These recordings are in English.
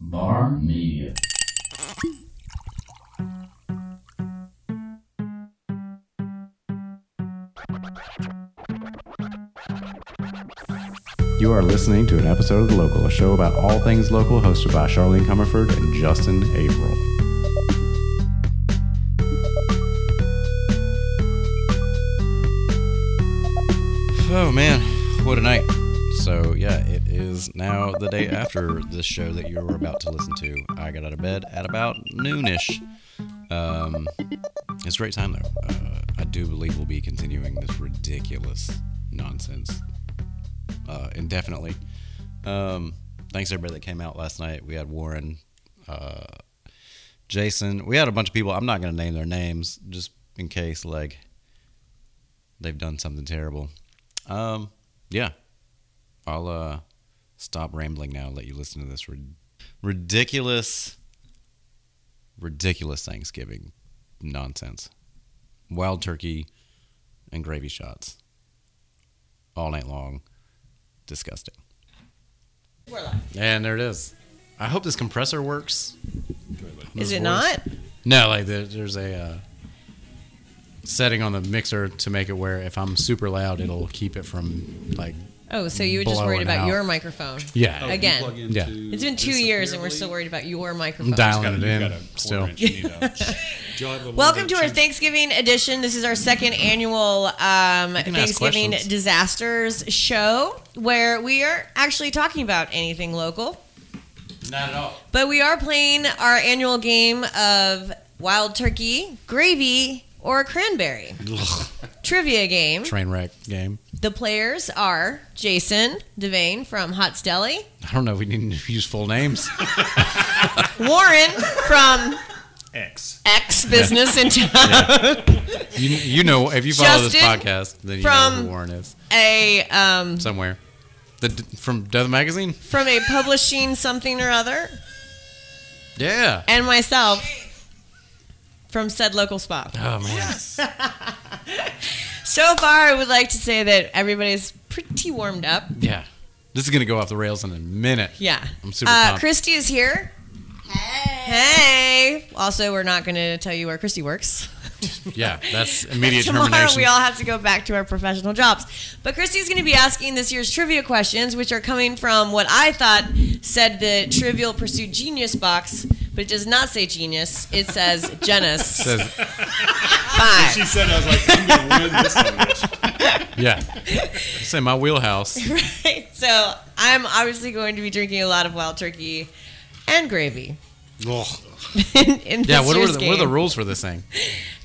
Bar Media. You are listening to an episode of The Local, a show about all things local, hosted by Charlene Comerford and Justin Averill. Oh man, what a night! So yeah, it is now the day after this show that you were about to listen to. I got out of bed at about noonish. Um, it's a great time though. Uh, I do believe we'll be continuing this ridiculous nonsense uh, indefinitely. Um, thanks to everybody that came out last night. We had Warren, uh, Jason. We had a bunch of people. I'm not going to name their names just in case like they've done something terrible. Um, yeah, I'll uh, stop rambling now. And let you listen to this rid- ridiculous, ridiculous Thanksgiving nonsense. Wild turkey and gravy shots all night long disgusting. And there it is. I hope this compressor works. Is This it voice. not? No, like there, there's a uh, setting on the mixer to make it where if I'm super loud, it'll keep it from like Oh, so you were just worried Blowing about out. your microphone. yeah, Okay. Again. Yeah. It's been two years and we're still worried about your microphone. I'm dialing it in still. Welcome to our Thanksgiving edition. This is our second annual um, can ask Thanksgiving questions. disasters show where we are actually talking about anything local. Not at all. But we are playing our annual game of wild turkey, gravy, or cranberry trivia game. Train wreck game. The players are Jason Devane from Hot's Deli, I don't know if we need to use full names. Warren from X. X Business in Town. You, you know, if you follow this Justin podcast, then you know from- who Warren is a um, somewhere. The d- from Death Magazine. from a publishing something or other, Yeah. and myself from said local spot. Oh man. So far, I would like to say that everybody's pretty warmed up. Yeah. This is gonna go off the rails in a minute. Yeah, I'm super Uh, pumped. Christy is here. Hey. Hey. Also, we're not going to tell you where Christy works. Yeah, that's immediate uh, Tomorrow termination. we all have to go back to our professional jobs. But Christy's going to be asking this year's trivia questions, which are coming from what I thought said the Trivial Pursuit Genius box, but it does not say genius. It says Genus Says- She Five. said, I was like, I'm going to win this one. yeah. Say my wheelhouse. Right? So I'm obviously going to be drinking a lot of wild turkey and gravy. in, in Yeah, this what are, year's the, what are the game. rules for this thing?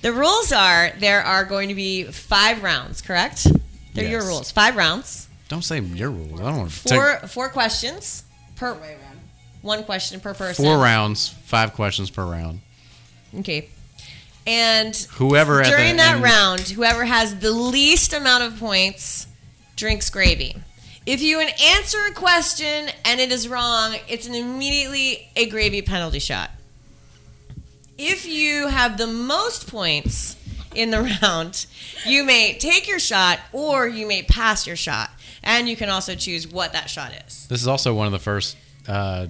The rules are there are going to be five rounds, correct? They're your Yes. rules. Five rounds. Don't say your rules. I don't want to Four four questions per One question per person. four rounds, five questions per round. Okay. And Whoever at during the that end- round, whoever has the least amount of points drinks gravy. If you an- answer a question and it is wrong, it's an immediately a gravy penalty shot. If you have the most points in the round, you may take your shot or you may pass your shot. And you can also choose what that shot is. This is also one of the first uh,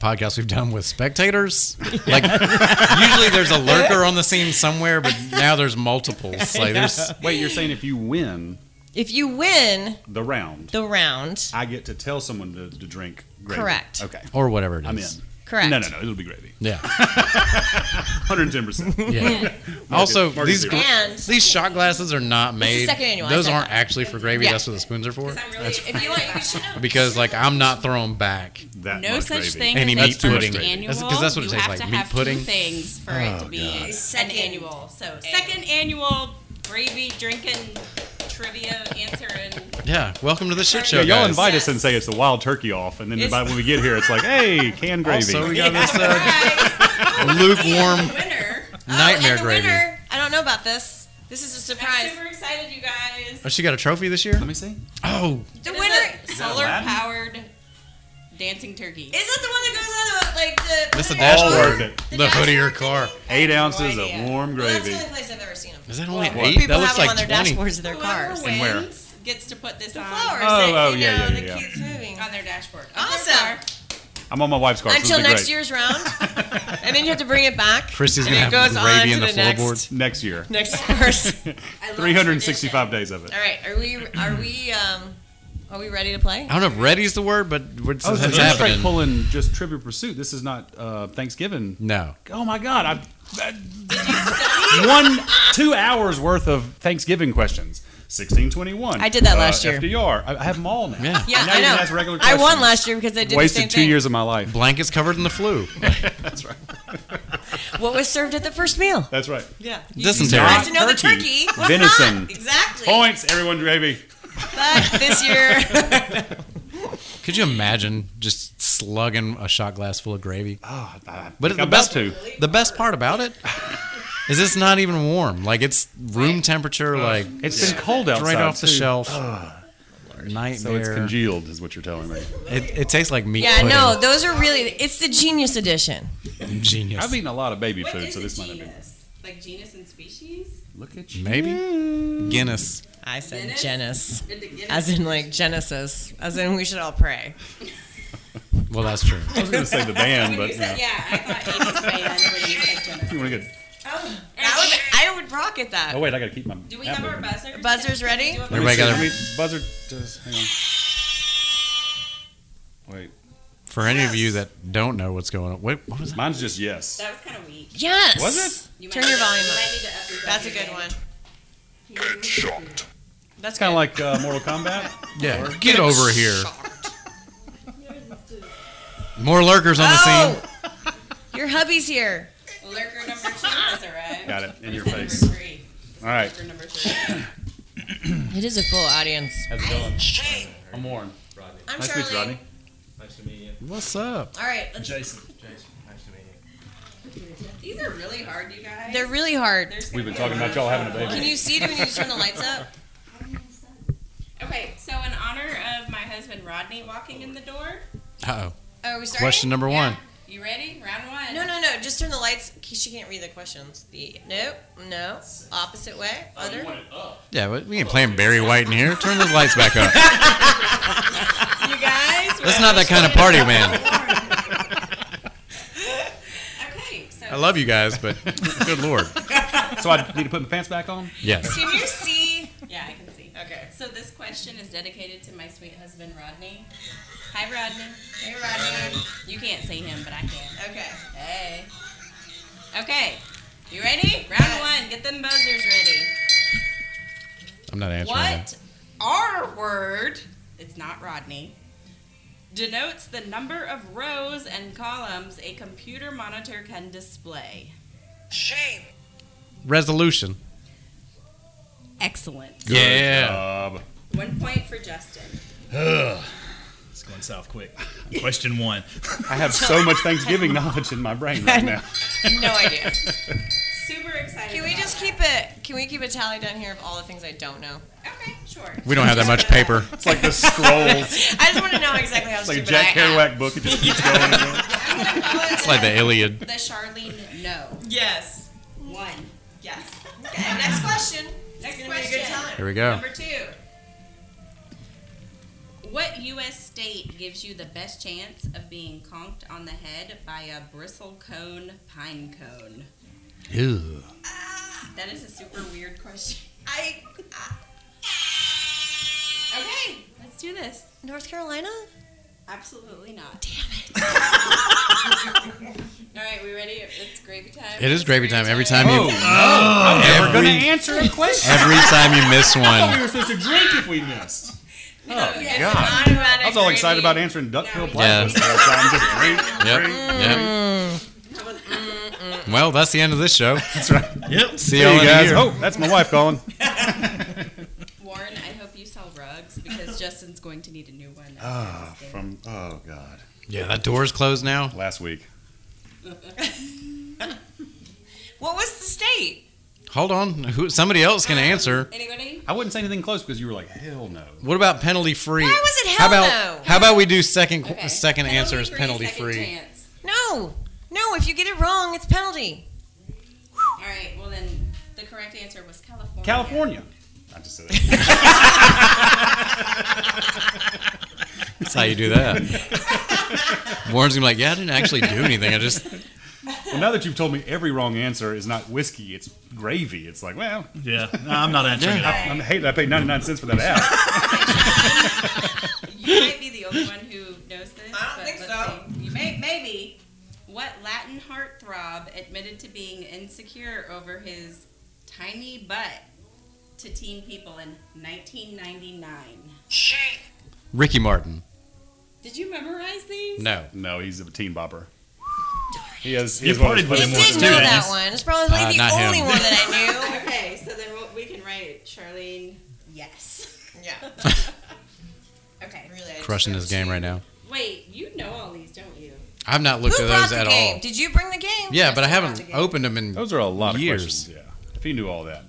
podcasts we've done with spectators. Like usually there's a lurker on the scene somewhere, but now there's multiples. Like there's Wait, you're saying if you win If you win the round, the round, I get to tell someone to, to drink gravy. Correct. Okay. or whatever it is. I'm in. correct. No, no, no. It'll be gravy. Yeah. 110%. Yeah. also, Mark these is gr- zero. And these shot glasses are not is made. second annual, I Those said aren't that. actually for gravy. Yeah. That's what the spoons are for. if you want, you can shoot him. Because like I'm not throwing back. That no much such gravy. thing Any as meat a first pudding. annual. That's- 'cause that's what it you tastes like, have to meat have pudding. two things for Oh, it to be a Second. second annual. So second annual gravy drinking trivia answer and Yeah. Welcome to the shit show. Yeah, y'all guys. invite us and say it's a wild turkey off, and then It's- by when we get here, it's like, hey, canned gravy. Also, we got this uh, lukewarm winner. nightmare the gravy. winner, I don't know about this. This is a surprise. excited, you guys. Oh, she got a trophy this year. Let me see. Oh, The winner solar powered dancing turkey. is that the one that goes on the like the. That's the the dashboard. All Ashford. worth it. the, hood of your car. Eight I have no ounces idea. of warm Well, that's the gravy. only place I've ever seen them. Is that only Well, eight? People that looks have like them on 20. their dashboards of their Whoever cars. wins And where? gets to put this The on flowers. Oh, that, oh, you yeah, know, yeah, the yeah. cute's moving. on their dashboard. Awesome. Awesome. I'm on my wife's car. so until this will be next great. year's round, and then you have to bring it back. Christy's and gonna it have goes on gravy to in the the next- floorboard. Next year. Next course. I love 365 days of it. All right, are we are we um are we ready to play? I don't know if ready's the word, but what's Oh, so what's you're straight happening? pulling just Trivia Pursuit. This is not uh, Thanksgiving. No. Oh my God! I, I, one two hours worth of Thanksgiving questions. Sixteen uh, twenty one. I did that last year. FDR. I, I have them all now. Yeah. Yeah, And now I you know. can ask regular I won questions. last year because I did the same Wasted two thing. years of my life. Blankets covered in the flu. What was served at the first meal? That's right. Yeah, Dysentery. I to know the Turkey. turkey was Venison. not exactly. Points, everyone, gravy. But this year, Could you imagine just slugging a shot glass full of gravy? But But it's it's the about best to. The best part about it is it's not even warm. Like it's room temperature. Like It's been cold outside. right off the too. shelf. Nightmare. So it's congealed, is what you're telling me. it, it tastes like meat. yeah, pudding. no, those are really. It's the genius edition. genius. I've eaten a lot of baby What food, is so a this might not be. genus? Like genus and species? Look at you. Maybe Guinness. I said Guinness? genus, Into genus? as in like Genesis, as in we should all pray. Well, that's true. I was going to say the band, When but you you, said, know, yeah, I thought Amy's band when you said genus. you want to get. Oh, That would, I would rock at that. Oh wait, I got to keep my. do we have our buzzers? Buzzers ready? Do a Everybody got Let their- me see, let me- buzzer. Does, hang on. Wait, For any of you that don't know what's going on, wait, what was that? mine's just yes. That was kind of weak. Yes. Was it? You Turn might- your volume you up. might need to up your That's a volume. good one. That's Kind good. of like uh, Mortal Kombat. Yeah, get over here. More lurkers on the scene. oh, your hubby's here. Lurker number two has arrived. Got it in your Number face. three. All right, Lurker number three. It is a full audience. how's it going? I'm Warren. I'm Nice to Charlie. meet you, Rodney. Nice to meet you. What's up? All right, let's, Jason. Jason. Nice to meet you. These are really hard, you guys. they're really hard. There's We've gonna been be talking a about y'all having a baby. Can you see it when you turn the lights up? lot. Okay, so in honor of my husband Rodney walking in the door, Uh oh. Are we starting? Question number one. you ready? Round one. No, no, no. Just turn the lights. She can't read the questions. The nope, no. Opposite way. Other. Yeah, but we ain't playing Barry White in here. Turn those lights back up. You guys. That's not that kind of party, man. Okay, so I love you guys, but good lord. So I need to put my pants back on. Yes. Can you see? yeah, I can see. Okay. So this question is dedicated to my sweet husband Rodney. Hi, Rodney. Hey, Rodney. You can't see him, but I can. Okay. Hey. Okay. You ready? Round one. Get them buzzers ready. I'm not answering that. What R word, it's not Rodney, denotes the number of rows and columns a computer monitor can display? Resolution. Excellent. Yeah. Job. One point for Justin. It's going south quick. Question one. I have so much Thanksgiving knowledge in my brain right now. No idea. Super excited. Can we about just that. keep it? Can we keep a tally down here of all the things I don't know? Okay, sure. We don't have that much paper. It's like the scrolls. I just want to know exactly how It's like a stupid Jack I am. Kerouac book. It just keeps going. And going. It's like the Iliad. The Charlene No. Yes. One. Yes. Okay. Next question. Next It's gonna be a good time. Here we go. Number two. What U.S. state gives you the best chance of being conked on the head by a bristlecone pine cone? Ew. That is a super weird question. I Okay, let's do this. North Carolina. Absolutely not. Damn it. All right, we ready? It's gravy time. It is It's gravy time every time Oh, you We're gonna every, answer a question. Oh. every time you miss I thought we one. were supposed to drink if we missed. No, Oh, it's God. not about I was a all gravy. excited about answering Duckbill Yeah. Platters. Yeah. I'm just drink, Yep. drink. Yep. Well, that's the end of this show. That's right. Yep. See There y'all you in a guys. year. Oh, that's my wife calling. Warren, I hope you sell rugs because Justin's going to need a new one. Ah, from oh god, Yeah, that door's closed now. last week. What was the state? Hold on. Who, somebody else can answer. Anybody? I wouldn't say anything close because you were like, hell no. What about penalty free? Why was it hell How about no? how about we do second qu Okay. second answer is Penalty-free, penalty second free? chance. No. No. If you get it wrong, it's penalty. All right, well then the correct answer was California. California. I just said that. That's how you do that. Warren's gonna be like, yeah, I didn't actually do anything. I just Well, now that you've told me every wrong answer is not whiskey, it's gravy. It's like, well, Yeah, no, I'm not answering it. I, I'm hating. I paid 99 cents for that app. You might be the only one who knows I this. don't but think let's so. see. You may, maybe. What Latin heartthrob admitted to being insecure over his tiny butt to teen people in 1999? Ricky Martin. Did you memorize these? No, No, he's a teen bopper. He has. He You has one of partied those with I him places- once, did too, know didn't that you? one. It's probably Uh, the not him. only one that I Okay, so then we'll, we can write it. Charlene, yes. knew. yeah, Okay. really. I just crushing got this game cheated. right now. Wait, you know all these, don't you? I've not Who looked at brought those the at game? all. Did you bring the game? Yeah, but I brought haven't the game. opened them in. Those are a lot of Years. questions. Yeah. If he knew all that,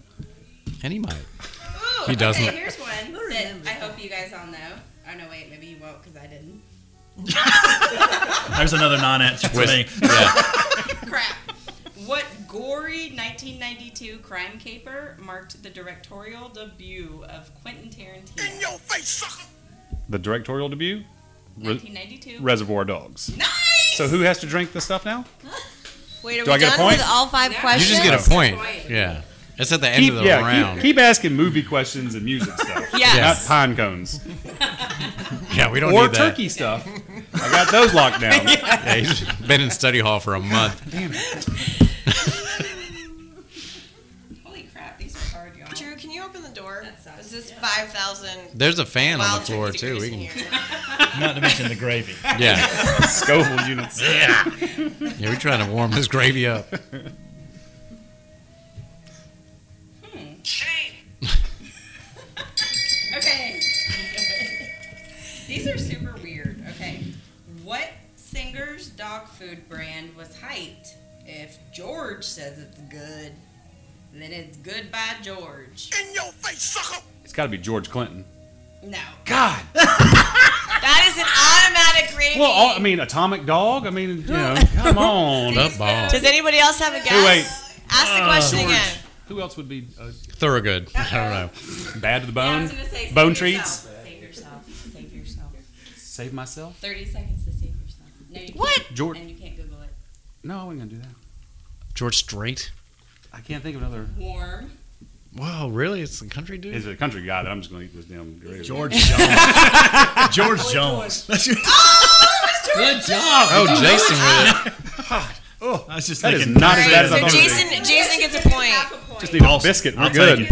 And he might. Ooh, He doesn't. Okay, here's one that I hope you guys all know. Oh, no, wait, maybe you won't because I didn't. There's another non-answer for me. crap. What gory 1992 crime caper marked the directorial debut of Quentin Tarantino? the directorial debut, Re- 1992. Reservoir Dogs. nice. So who has to drink the stuff now? Wait, are Do we I get a done point? with all five No. You questions? just get a That's the point. point. Yeah, it's at the end Keep, of the yeah, round. keep, keep asking movie questions and music stuff. Yes. Not pine cones yeah, we don't or need that. turkey stuff. I got those locked down. Yeah, he's been in study hall for a month. Holy crap, these are hard, y'all. Drew, can you open the door? That sucks. This is five thousand. There's a fan on the floor too. We can, Not to mention the gravy. yeah, Scoville units. yeah, we're trying to warm this gravy up. Okay. these are super weird. Okay. What singer's dog food brand was hyped? If George says it's good, then it's good by George. It's got to be George Clinton. No. God. That is an automatic gravy. Well, all, I mean, Atomic Dog. I mean, you know, come on. The ball. Does anybody else have a guess? wait. Ask the question again. Who else would be uh, Thoroughgood. I don't know. bad to the Yeah, I bone? was gonna say, save bone yourself. Save yourself. Save yourself. Save myself? 30 seconds to save yourself. No, you can't. What? George? And you can't Google it. No, I wasn't gonna do that. George Strait. I can't think of another. Warm. Wow, really? It's a country dude. Is it a country guy that I'm just gonna eat this damn gravy? George Jones. George Jones. Good job. Oh, Jason with it. Oh. I was just That is thinking. not as bad as I so thought it Jason, would Jason gets a point, Half a point. be. Just need a Awesome. biscuit. We're I'll good. take it.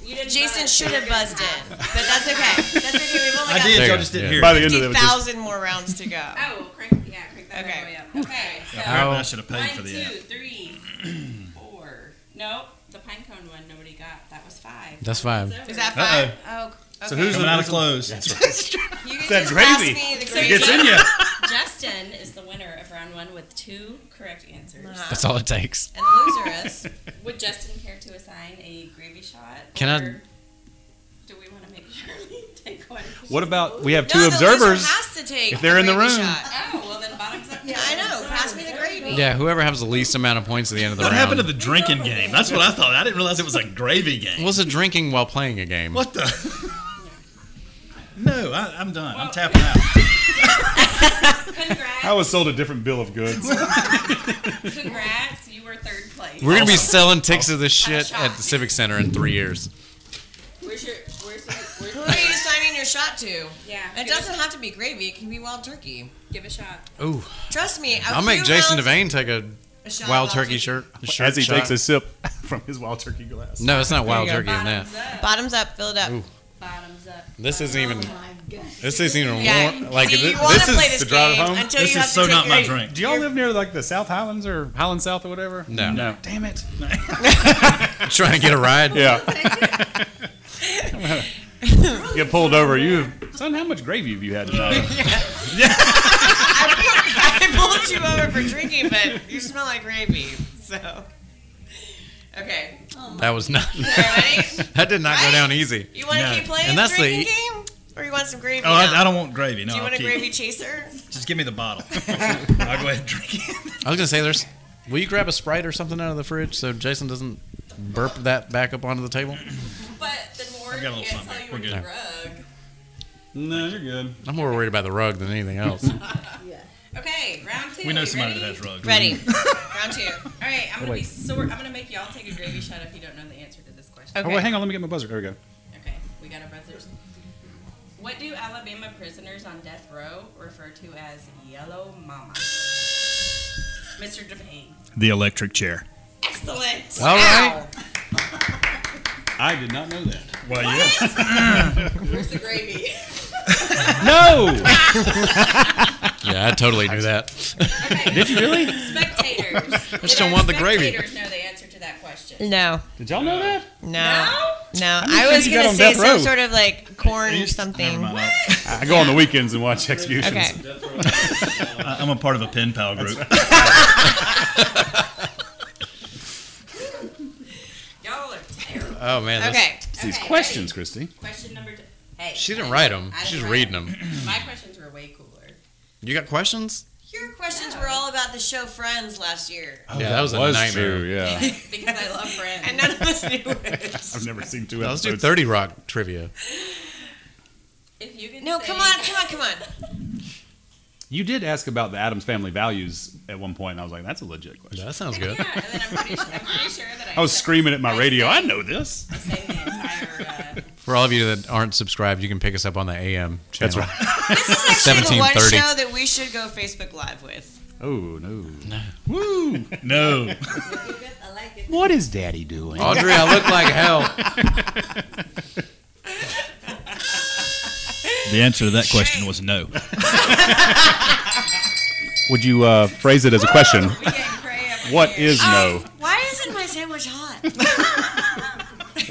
but You didn't Jason buzz. should have buzzed in. But that's okay. That's okay. We've only I got did. There Y'all you just go. didn't Yeah. hear. By the end of it, it fifty was just thousand more rounds to go. Oh, crank, yeah, crank that Okay. all the way up. Okay, so Apparently, I should have paid for one, the two, app. three, four. Nope, the pine cone one nobody got. That was five. That's fine. It's over. Is that uh, five? Oh, okay. So who's Coming the out of clothes. That's right. you can that just gravy? pass me the gravy. Gets in you. Justin is the winner of round one with two correct answers. Uh-huh. That's all it takes. And the loser is. Would Justin care to assign a gravy shot? Can I- or Do we want to make sure we take one? What about we have no, two the observers? Loser has to take if they're in the gravy room. shot. Oh, well then bottoms up. Yeah, I know. Pass me the gravy. Yeah, whoever has the least amount of points at the end of the What round. happened to the drinking game? That's what I thought. I didn't realize it was a gravy game. was it drinking while playing a game? What the? No, I, I'm done. I'm tapping out. I Congrats. was sold a different bill of goods. Congrats. You were third place. We're gonna be selling tickets of this I'm shit shocked. at the Civic Center in three years. Where's your where's the where's Who are you assigning your shot to? Yeah. It doesn't have to be gravy. It can be wild turkey. give a shot. Ooh, Trust me. a I'll make few Jason rounds- Devane take a a shot of wild turkey shirt. shirt As he shot. takes a sip from his wild turkey glass. No, it's not wild you go. turkey in that. Bottoms Bottoms up. up. Fill it up. Ooh. Bottoms up. This isn't even. my god. This isn't even Yeah. warm. Like See, thi- you want this to play is this the drive game home. until This you have is so to take not your- my drink. Do y'all live near like the South Highlands or Highland South or whatever? No. No. Damn it. Trying to get a ride. Yeah. Get pulled over. You, son, how much gravy have you had tonight? I pulled you over for drinking, but you smell like gravy. So. Okay. That was not. Okay, ready? That did not go down easy. You want to No. keep playing And that's the the- drinking game? Or you want some gravy? Oh, now? I, I don't want gravy. No, Do you I'll want a keep- gravy chaser? Just give me the bottle. I'll go ahead and drink it. I was gonna say there's. Will you grab a sprite or something out of the fridge so Jason doesn't burp that back up onto the table? But then Warren got a little can't something. tell you We're when good. you're drug. No, you're good. I'm more worried about the rug than anything else. Okay, round two. We know somebody ready? that Oh, has rugs. Ready. Round two. All right, I'm gonna Wait. be sore. I'm gonna make y'all take a gravy shot if you don't know the answer to this question. Okay. Oh, wait, hang on. Let me get my buzzer. There we go. Okay, we got our buzzers. What do Alabama prisoners on death row refer to as Yellow Mama? Mr. Devane. The electric chair. Excellent. All right. I did not know that. Well, yeah. Where's the gravy? No! Yeah, I totally knew that. Okay. did you really? Spectators. I just don't want the gravy. Spectators know the answer to that question. No, Did y'all know that? no, No? no. many I things was you got gonna on say death some row? sort of like corn Never something. mind. I go on the weekends and watch executions. Okay. I- I'm a part of a pen pal group. Y'all are terrible. Oh man, that's, Okay. It's these Okay, questions, Christy. ready? Question number two. Hey. She didn't write them. I didn't She's write reading them. My questions were way cooler. You got questions? Your questions were all about the show Friends last year, yeah, that was, a nightmare. Oh, True, yeah. Because I love friends. and none of us knew it. I've never seen two Now, let's do episodes. 30 Rock trivia. If you could No, say- come on, come on, come on. You did ask about the Adams family values at one point, and I was like, that's a legit question. Yeah, that sounds good. Yeah, and then I'm pretty, I'm pretty sure that I, I was said- screaming at my radio, I know this. I sang the entire. Uh, For all of you that aren't subscribed, you can pick us up on the AM channel. That's right. This is actually the one 17:30. show that we should go Facebook Live with. Oh, no. Woo! No. I like it. What is daddy doing? Audrey, I look like hell. The answer to that question was no. Would you uh, phrase it as a question? We getting cray up in What here. is no? Oh. Why isn't my sandwich hot?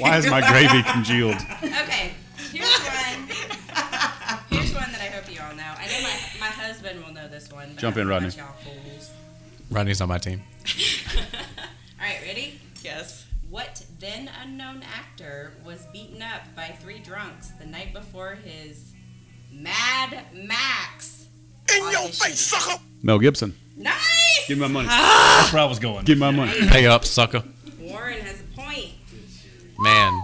Why is my gravy congealed? Okay, here's one. Here's one that I hope you all know. I know my, my husband will know this one. But Jump I in, don't Rodney. want Y'all fools. Rodney's on my team. All right, ready? yes. What then unknown actor was beaten up by three drunks the night before his Mad Max? In your face, sucker! Mel Gibson. Nice. Give me my money. That's where I was going. Give me my money. Pay up, sucker. Warren has a point. Man,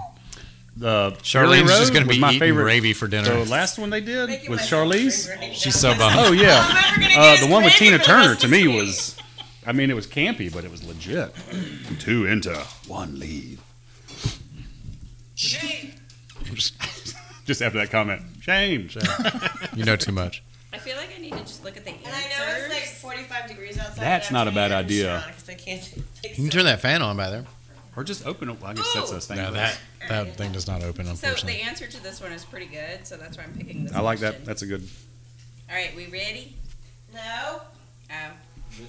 Uh, Shirley Charlene's Rose just going to was be my eating favorite. gravy for dinner. The last one they did Making was my- Charlize. She's so bummed. Oh yeah. Uh, the one with Tina Turner to me week. was, I mean, it was campy, but it was legit. Two into one lead. Just after that comment, shame. You know too much. I feel like I need to just look at the And I know it's like answers. 45 degrees outside. That's not a bad idea. Because I can't. Like, You can turn that fan on by there. Or just open up. I guess that's us thing. No, that that thing does not open, So the unfortunately. answer to this one is pretty good, so that's why I'm picking this. I like question. that. That's a good. All right, we ready? No. Oh.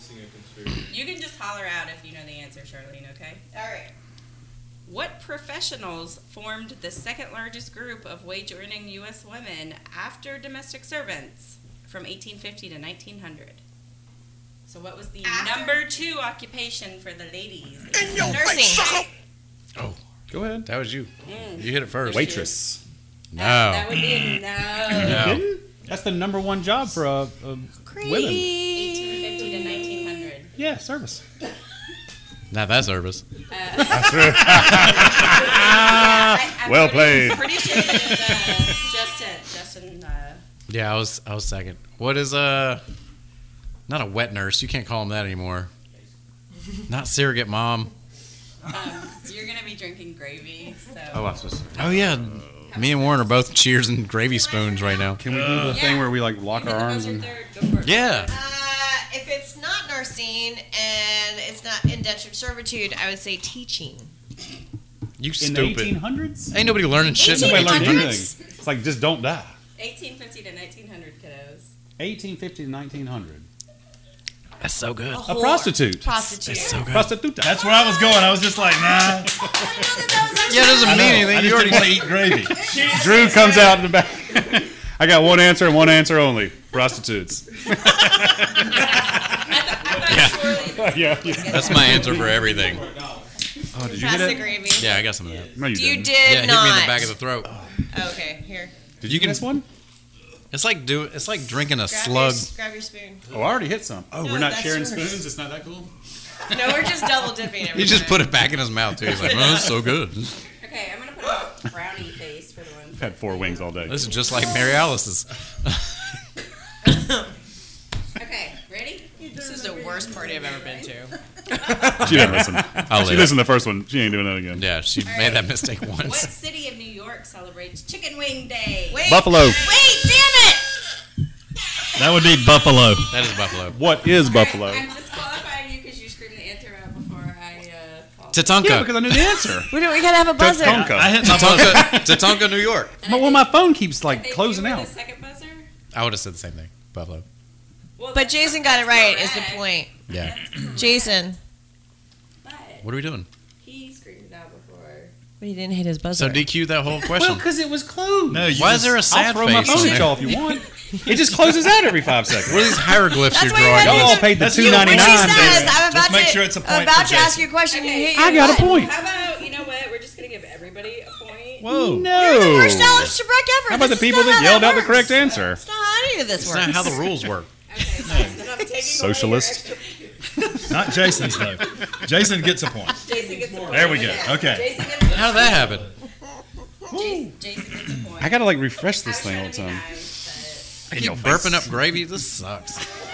You can just holler out if you know the answer, Charlene. Okay. All right. What professionals formed the second largest group of wage-earning U.S. women after domestic servants from 1850 to 1900? So what was the number two occupation for the ladies? Oh, Nursing. Go ahead. That was you. Mm. Oh, You hit it first. Waitress. Oh. That, No. that would be a no. No. Didn't? That's the number one job for a, a women. 1850 to 1900. Yeah, service. Now that's service. I- I'm Well pretty- played. Pretty sure that uh, Justin, Justin, uh, Yeah, I was I was second. What is a not a wet nurse? You can't call them that anymore. Not surrogate mom. um, you're gonna be drinking gravy, so I was. Oh yeah, me and Warren are both cheers and gravy spoons right now. Can we do the thing where we like lock Even our though arms those are and? third, go for it. Yeah, Uh, if it's not nursing and it's not indentured servitude, I would say teaching. you In the stupid. 1800s. Ain't nobody learning shit. in Nobody learned 1800s. anything. It's like just don't die. 1850 to 1900 kiddos. 1850 to 1900. That's so good. A Whore. prostitute. Prostitute. It's so good. Prostituta. That's where I was going. I was just like, nah. Yeah, it doesn't mean I anything. You just didn't already want to eat gravy. Drew comes out in the back. I got one answer and one answer only. Prostitutes. Yeah. yeah. That's my answer for everything. Oh, did you Pass get the it? gravy. Yeah, I got some of that. No, you, You didn't. did Yeah, hit me in not. the back of the throat. okay, here. Did you get this one? It's like do it's like drinking a Grab slug. Your, grab your spoon. Oh, I already hit some. Oh, No, we're not that's sharing yours. spoons. It's not that cool. No, we're just double dipping everything. He just put it back in his mouth too. He's like, "Oh, that's so good." Okay, I'm gonna put a frowny face for the ones I've had four wings all day. This is just like Mary Alice's. Okay, ready? This is the worst party I've ever been to. She didn't listen. I'll She leave. it. listened to the first one. She ain't doing that again. Yeah, she made that mistake What once. city of New York celebrates Chicken Wing Day? Wait, Buffalo. Wait, damn it! That would be Buffalo. That is Buffalo. What is All right, Buffalo? I'm disqualifying you because you screamed the answer out before I uh, called. Yeah, Tatanka. because I knew the answer. We don't. We gotta have a buzzer. Tonka. I hit my Tatanka, Tatanka, New York. And I well, my phone keeps like think closing you were out. The second buzzer. I would have said the same thing. Buffalo. Well, But that's Jason got it right. Is the correct, point? Yeah. Jason, But What are we doing? he screamed it out before. but he didn't hit his buzzer. So DQ that whole Well, question. because it was closed. No, you Why just, is there a I'll sad throw my face? phone on at there? y'all if you want. It just closes out every five seconds. What are these hieroglyphs That's you're why you drawing? had Y'all all to. paid the That's you. two When ninety When she says, nine. I'm about Just make to, sure it's a point about for to ask Jason. you a question. You hit I your got a button. point. How about you know what? We're just gonna give everybody a point. Whoa. No. Worst challenge to Brooke ever. How about the This is people not that how yelled out the works. correct answer? It's not how any of this It's works. not how the rules work. Okay, fine. Then I'm taking away your Socialist. extra- not Jason's though. Jason gets a point. Jason gets a point. There we go. Yeah. Okay. Jason gets a How did that happen? Jason, Jason gets a point. I gotta like refresh I this was thing all the trying to be time. nice, I In keep your face. burping up gravy. This sucks.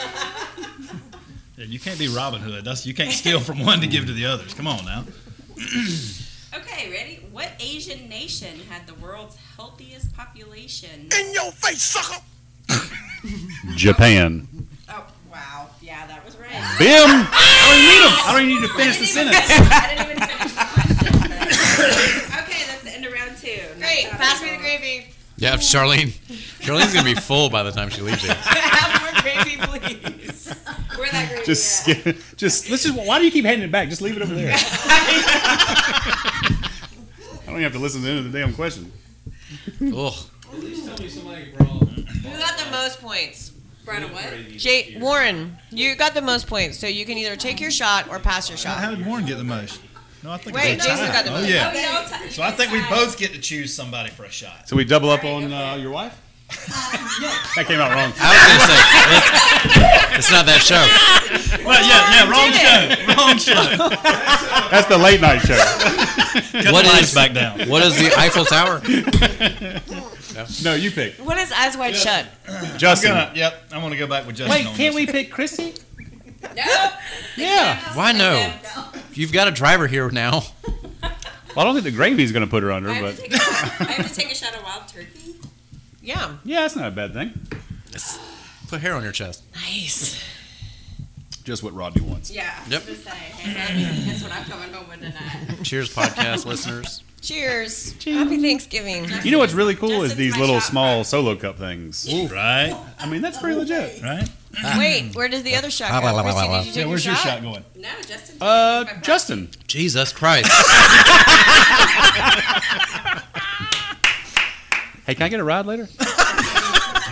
Yeah, You can't be Robin Hood. That's you can't steal from one to give to the others. Come on now. but- Okay, ready? What Asian nation had the world's healthiest population? Japan. Oh, wow. Yeah, that was right. Bim. I don't even need to finish the sentence. I didn't even finish the question. but- Okay, that's the end of round two. Knock Great. it out, Pass me the people. gravy. Yeah, Charlene. Charlene's gonna be full by the time she leaves here. have more gravy, please. Where that gravy Just, at? skip- just. This is why do you keep handing it back? Just leave it over there. I don't even have to listen to the end of the damn question. Ugh. Who got the most points? Brown and what? Jay Warren, you got the most points, so you can either take your shot or pass your shot. How did Warren get the most? No, I think Wait, they Jason tied. got the Oh most. Oh, yeah. y'all ti- So I think we tied. both get to choose somebody for a shot. So we double up on go uh, your wife. Um, That came out wrong. I was gonna say it's- it's not that show. Well, yeah, yeah. Wrong show. Wrong show. That's the late night show. Cut What the lights is- back down. What is the Eiffel Tower? No, you pick. What is Eyes Wide Shut? Justin. Gonna- yep, I'm gonna go back with Justin. Wait, on can't this. we pick Chrissy? No. Yeah. Why no? You've got a driver here now. Well, I don't think the gravy's going to put her under, I have, but to take a shot. I have to take a shot of wild turkey. Yeah. yeah, that's not a bad thing. Put hair on your chest. Nice. Just what Rodney wants. Yeah. I was Yep. gonna say, hey, that's what I'm coming home with tonight. Cheers, podcast listeners. Cheers. Happy Thanksgiving. You know what's really cool is Justin's these my little shop small solo cup things. Right, I mean, that's pretty legit. right. Wait, where does the other shot Ah, go? blah, blah, Chrissy, blah, did you take Yeah, where's your, shot? going? No, Justin. Uh, Justin. Jesus Christ. Hey, can I get a ride later?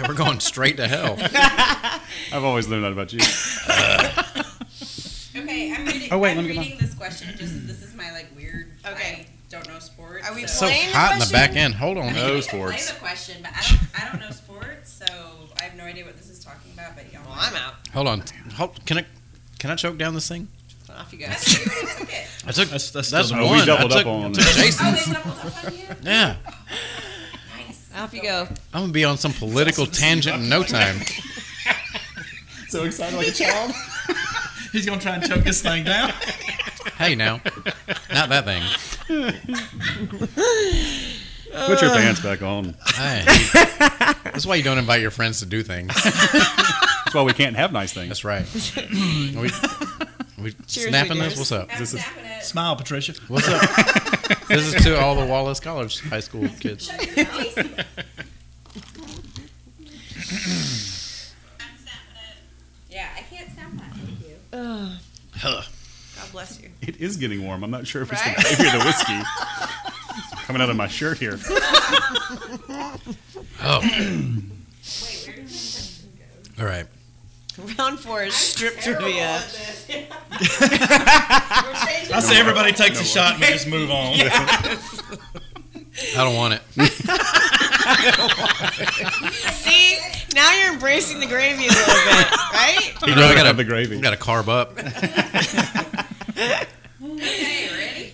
We're going straight to hell. I've always learned that about you. Okay, I'm reading. Oh, wait, I'm let me get reading this question. Just this is my like weird. Okay. I don't know sports. Are we So Playing the hot in the question? back end. Hold on. I No can sports. Play the question, but I don't. I don't know sports, so I have no idea what this is talking about. But y'all. Well, I'm out. Hold on. Hold, can I can I choke down this thing? Off you go. I thought you already took it. I took That's that's, that's still we the- one. doubled I up took, on- took Oh, Jason's. they doubled up on you. Yeah. Nice. Off you go. I'm gonna be on some political tangent in no time. so excited like a child. He's gonna try and choke this thing down. Hey now. Not that thing. Put Uh. your pants back on. Hey. That's why you don't invite your friends to do things. That's why we can't have nice things. That's right. Are we, are we Cheers, snapping leaders. this? What's up? I'm This is- snapping it. Smile, Patricia. What's up? this is to all the Wallace College high school kids. Shut your face. I'm snapping it. Yeah, I can't snap that. Thank you. God bless you. It is getting warm. I'm not sure if it's Right? the gravy or the whiskey. Coming out of my shirt here. Oh, Wait, where did my question go? all right. Round four is strip trivia. I say everybody takes a shot and we just move on. I don't want it. See, now you're embracing the gravy a little bit, right? You I gotta- have the gravy. We gotta carb up. Okay, ready?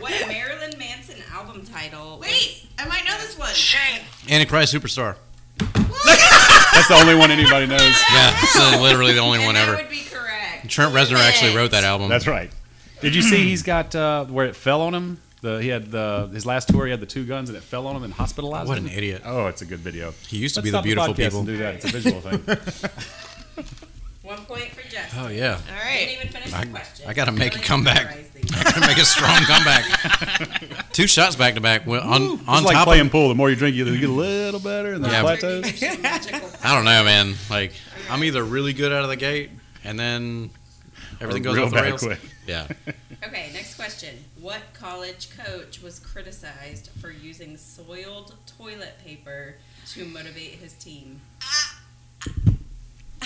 what Marilyn Manson album title? was- Wait, am I one. Shame. Antichrist Superstar. That's the only one anybody knows. Yeah, it's uh, literally the only And one that ever. would be correct. Trent Reznor actually wrote that album. That's right. Did you see he's got uh, where it fell on him? The he had the his last tour he had the two guns and it fell on him and hospitalized What him. an idiot. Oh, it's a good video. He used to Let's be the stop beautiful podcast people. And do that. It's a visual thing. One point for Jess. Oh yeah. All Didn't right. even finish I- the question. I gotta make a Really comeback. memorized these. Make a strong comeback. Two shots back to back. Well, on on it's like top playing of pool. The more you drink, you get a little better, and then Yeah. plateaus. I don't know, man. Like I'm either really good out of the gate, and then everything goes Real off the bad rails. quick. Yeah. Okay, next question. What college coach was criticized for using soiled toilet paper to motivate his team?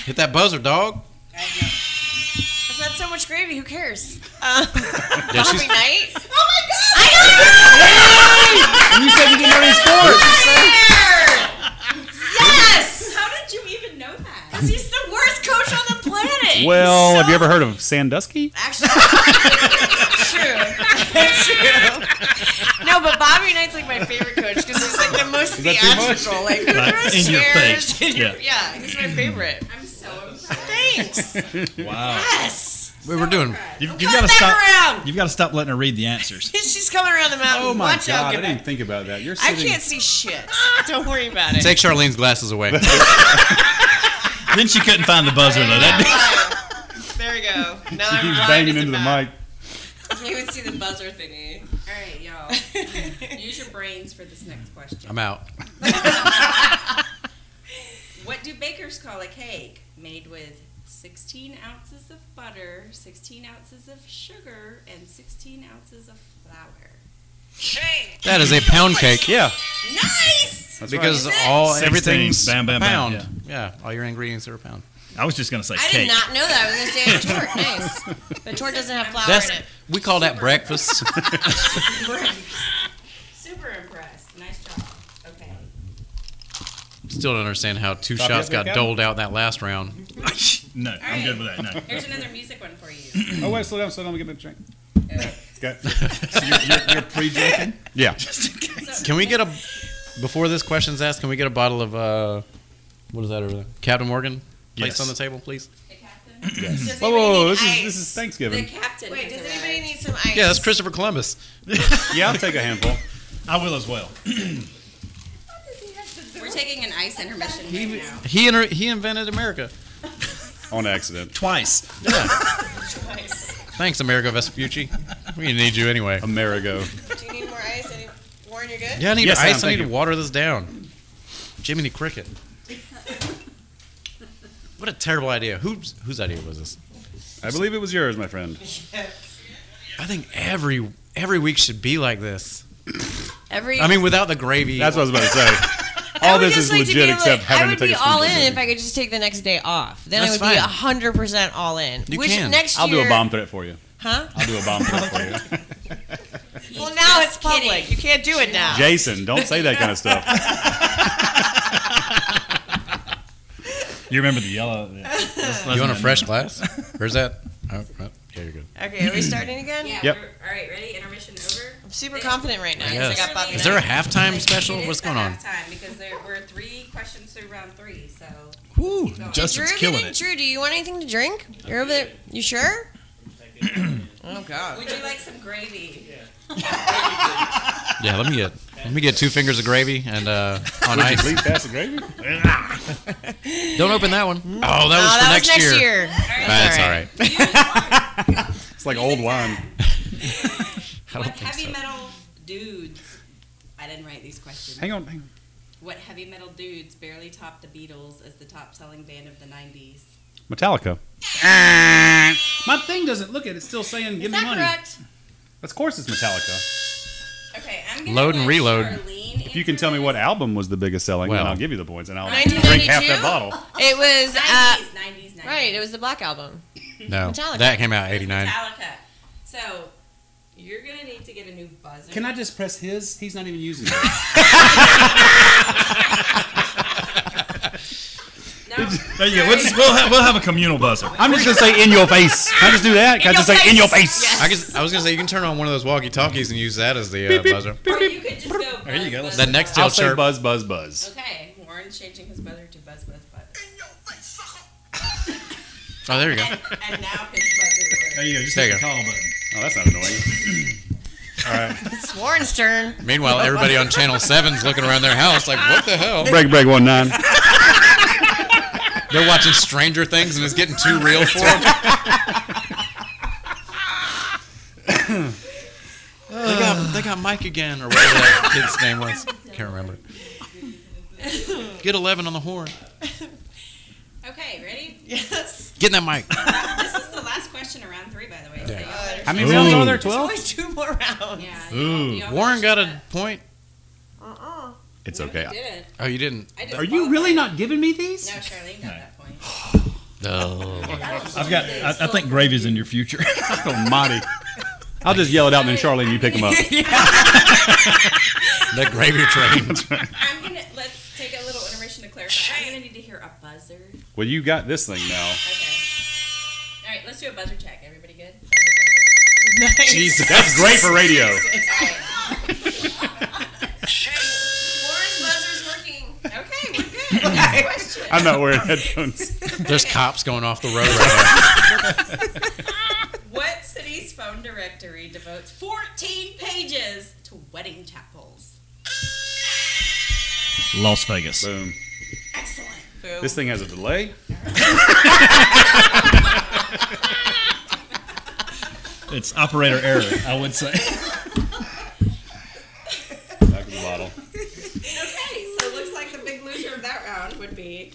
Hit that buzzer, dog. I have no- I've had so much gravy. Who cares? Um, Yeah, she's- every night. Oh my god! And you said you didn't know any sports. Yes! How did you even know that? He's the worst coach on the planet. Well, He's have you so- ever heard of Sandusky? Actually, true. That's true. No, but Bobby Knight's like my favorite coach because he's like the most theatrical. Like, who Like, throws in your chairs? face. In your- Yeah. yeah, he's my favorite. I'm so impressed. Thanks. Wow. Yes. We were doing. You've, you've Come got to back stop. around. You've got to stop letting her read the answers. She's coming around the Oh mountain. Watch out. Get back. think about that. You're I can't see shit. Don't worry about it. Take Charlene's glasses away. then she couldn't find the buzzer though. That there we go. Now She I'm keeps blind banging as a into the bat. mic. You would see the buzzer thingy. All right, y'all. Use your brains for this next question. I'm out. What do bakers call a cake made with 16 ounces of butter, 16 ounces of sugar, and 16 ounces of flour? Shame. That is a pound cake. Yeah, Nice! that's Because right. all Sixteen. everything's Bam, bam, a bam. pound. Yeah. all your ingredients are a pound. I was just gonna say I cake. did not know that. I was going to say tort. Nice. But tort doesn't have flour That's in it. we call that breakfast. Super impressed. Nice job. Okay. Still don't understand how two Copy shots that, got Cal? doled out that last round. no, I'm good with that. No. Here's another music one for you. Oh wait, slow down, slow down. Let me get my drink. Okay. So you're, you're, you're pre-drinking. Yeah. Can we get a before this question's asked? Can we get a bottle of uh, what is that over there? Captain Morgan placed Yes. on the table, please. The captain? Does Whoa, whoa, whoa, anybody this need is this ice? is The Thanksgiving. captain. Wait, has does arrived. anybody need some ice? Yeah, that's Christopher Columbus. Yeah, I'll take a handful. I will as well. We're taking an ice intermission right now. He inter- he invented America. On accident. Twice. Thanks, Amerigo Vespucci. We need you anyway. Amerigo. Do you need more ice? Any- Warren, you're good? Yeah, I need Yes, ice. I Sam, thank need to you. water this down. Jiminy Cricket. What a terrible idea. Whose whose idea was this? I believe it was yours, my friend. I think every every week should be like this. Every I mean, without the gravy. That's what I was about to say. All I would this just is like to be legit able to- except I having would to take be a spoonful all of in gravy. if I could just take the next day off. Then That's I would be fine. hundred percent all in. You Which can. next I'll do year, a bomb threat for you. huh? I'll do a bomb threat for you. Well, now it's Just kidding. public. You can't do it now. Jason, don't say that kind of stuff. You remember the yellow? yeah. Let's- let's You want a not- fresh glass? Where's that? Oh, oh, yeah, you're good. Okay, are we starting again? Yeah. Yep. we're- All right, ready? Intermission over. I'm super confident right now because I Yes. got Bobby. Is there a Knight. halftime Like, special? it is What's the going on? halftime because there were three questions through round three. So Woo, Justin's Drew, killing get in. it. Drew, do you want anything to drink? You're over there. You sure? oh God. would you like some gravy? Yeah, let me get let me get two fingers of gravy and uh, on Would you ice. please pass the gravy? Don't open that one. Oh, that was oh, for that next, was next year. year. That's all all right. It's like old wine. I What don't think heavy so. metal dudes? I didn't write these questions. Hang on, hang on. What heavy metal dudes barely topped the Beatles as the top-selling band of the '90s? Metallica. My thing doesn't look at it. It's still saying give me money. correct? Of course it's Metallica. Okay, I'm gonna Load and let reload. Charlene If you can tell me what album was the biggest selling, Well. then I'll give you the points and I'll drink 1992? half that bottle. It was uh, '90s, '90s, '90s. right. It was the Black Album. No, Metallica. that came out '89. Metallica. So you're gonna need to get a new buzzer. just press his? He's not even using it. No. There you go. We'll, just, we'll, have, we'll have a communal buzzer. I'm just gonna say in your face. Can I just do that? Can I just say in your face? I, guess, I was gonna say you can turn on one of those walkie-talkies and use that as the uh, buzzer. Or you could just go There you go. Let's- That next tail I'll say chirp. buzz, buzz, buzz. Okay, Warren's changing his buzzer to buzz, buzz, buzz. Oh, there you go. And, and now his buzzer. There you go. Just There hit you the go. call button. Oh, that's not annoying. It's Warren's turn. Meanwhile, everybody on Channel 7's looking around their house like, what the hell? break, break, one nine. They're watching Stranger Things and it's getting too real for them. they, got, they got Mike again, or whatever that kid's name was. Can't remember. Get 11 on the horn. Okay, ready? Yes. Get in that mic. This is the last question around three, by the way. So y'all better- How many rounds Ooh. are there? There's Twelve. only two more rounds. Yeah. Ooh. y'all better Warren got shut a up. point. Uh-uh. It's No, I okay. didn't. Oh, you didn't. I just Are you qualified. really not giving me these? No, Charlene got that point. Oh. I've got. I, I think gravy's in your future. Oh, mighty. I'll just yell it out and then Charlene, you pick them up. That gravy train. I'm gonna let's take a little iteration to clarify. I'm gonna need to hear a buzzer. Well, you got this thing now. Okay. All right, let's do a buzzer check. Everybody good? Nice. Jesus. That's great for radio. Warren's buzzer's working. Okay, we're good. Next question. I'm not wearing headphones. There's cops going off the road right What city's phone directory devotes 14 pages to wedding chapels? Las Vegas. Boom. Excellent. Boom. This thing has a delay. It's operator error. I would say. Back of the bottle. Okay, so it looks like the big loser of that round would be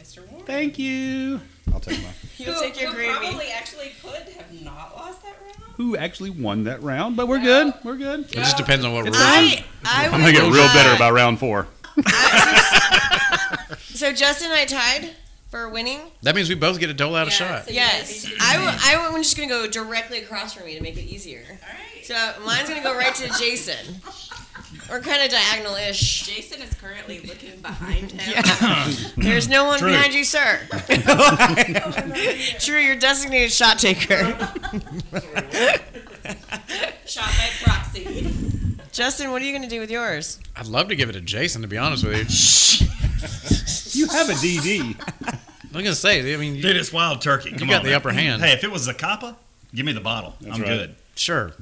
Mr. Warren. Thank you. I'll take mine. You'll who, take your who gravy. probably actually could have not lost that round. Who actually won that round? But we're good. We're good. now. It just depends on what rules. I, I I'm gonna get real better by round four. So Justin and I tied for winning. That means we both get to dole out a shot. so you guys Yes. each- I w- I w- I'm just going to go directly across from you to make it easier. All right. So mine's going to go right to Jason. We're kind of diagonal ish. Jason is currently looking behind him. There's no one True. behind you, sir. True, you're designated shot taker. Shot by proxy. Justin, what are you going to do with yours? I'd love to give it to Jason, to be honest with you. You have a DD. I'm going to say, I mean, you, Dude, it's wild turkey. Come you got on, the man. upper hand. Hey, if it was the Zacapa, give me the bottle. I'm right. good. Sure.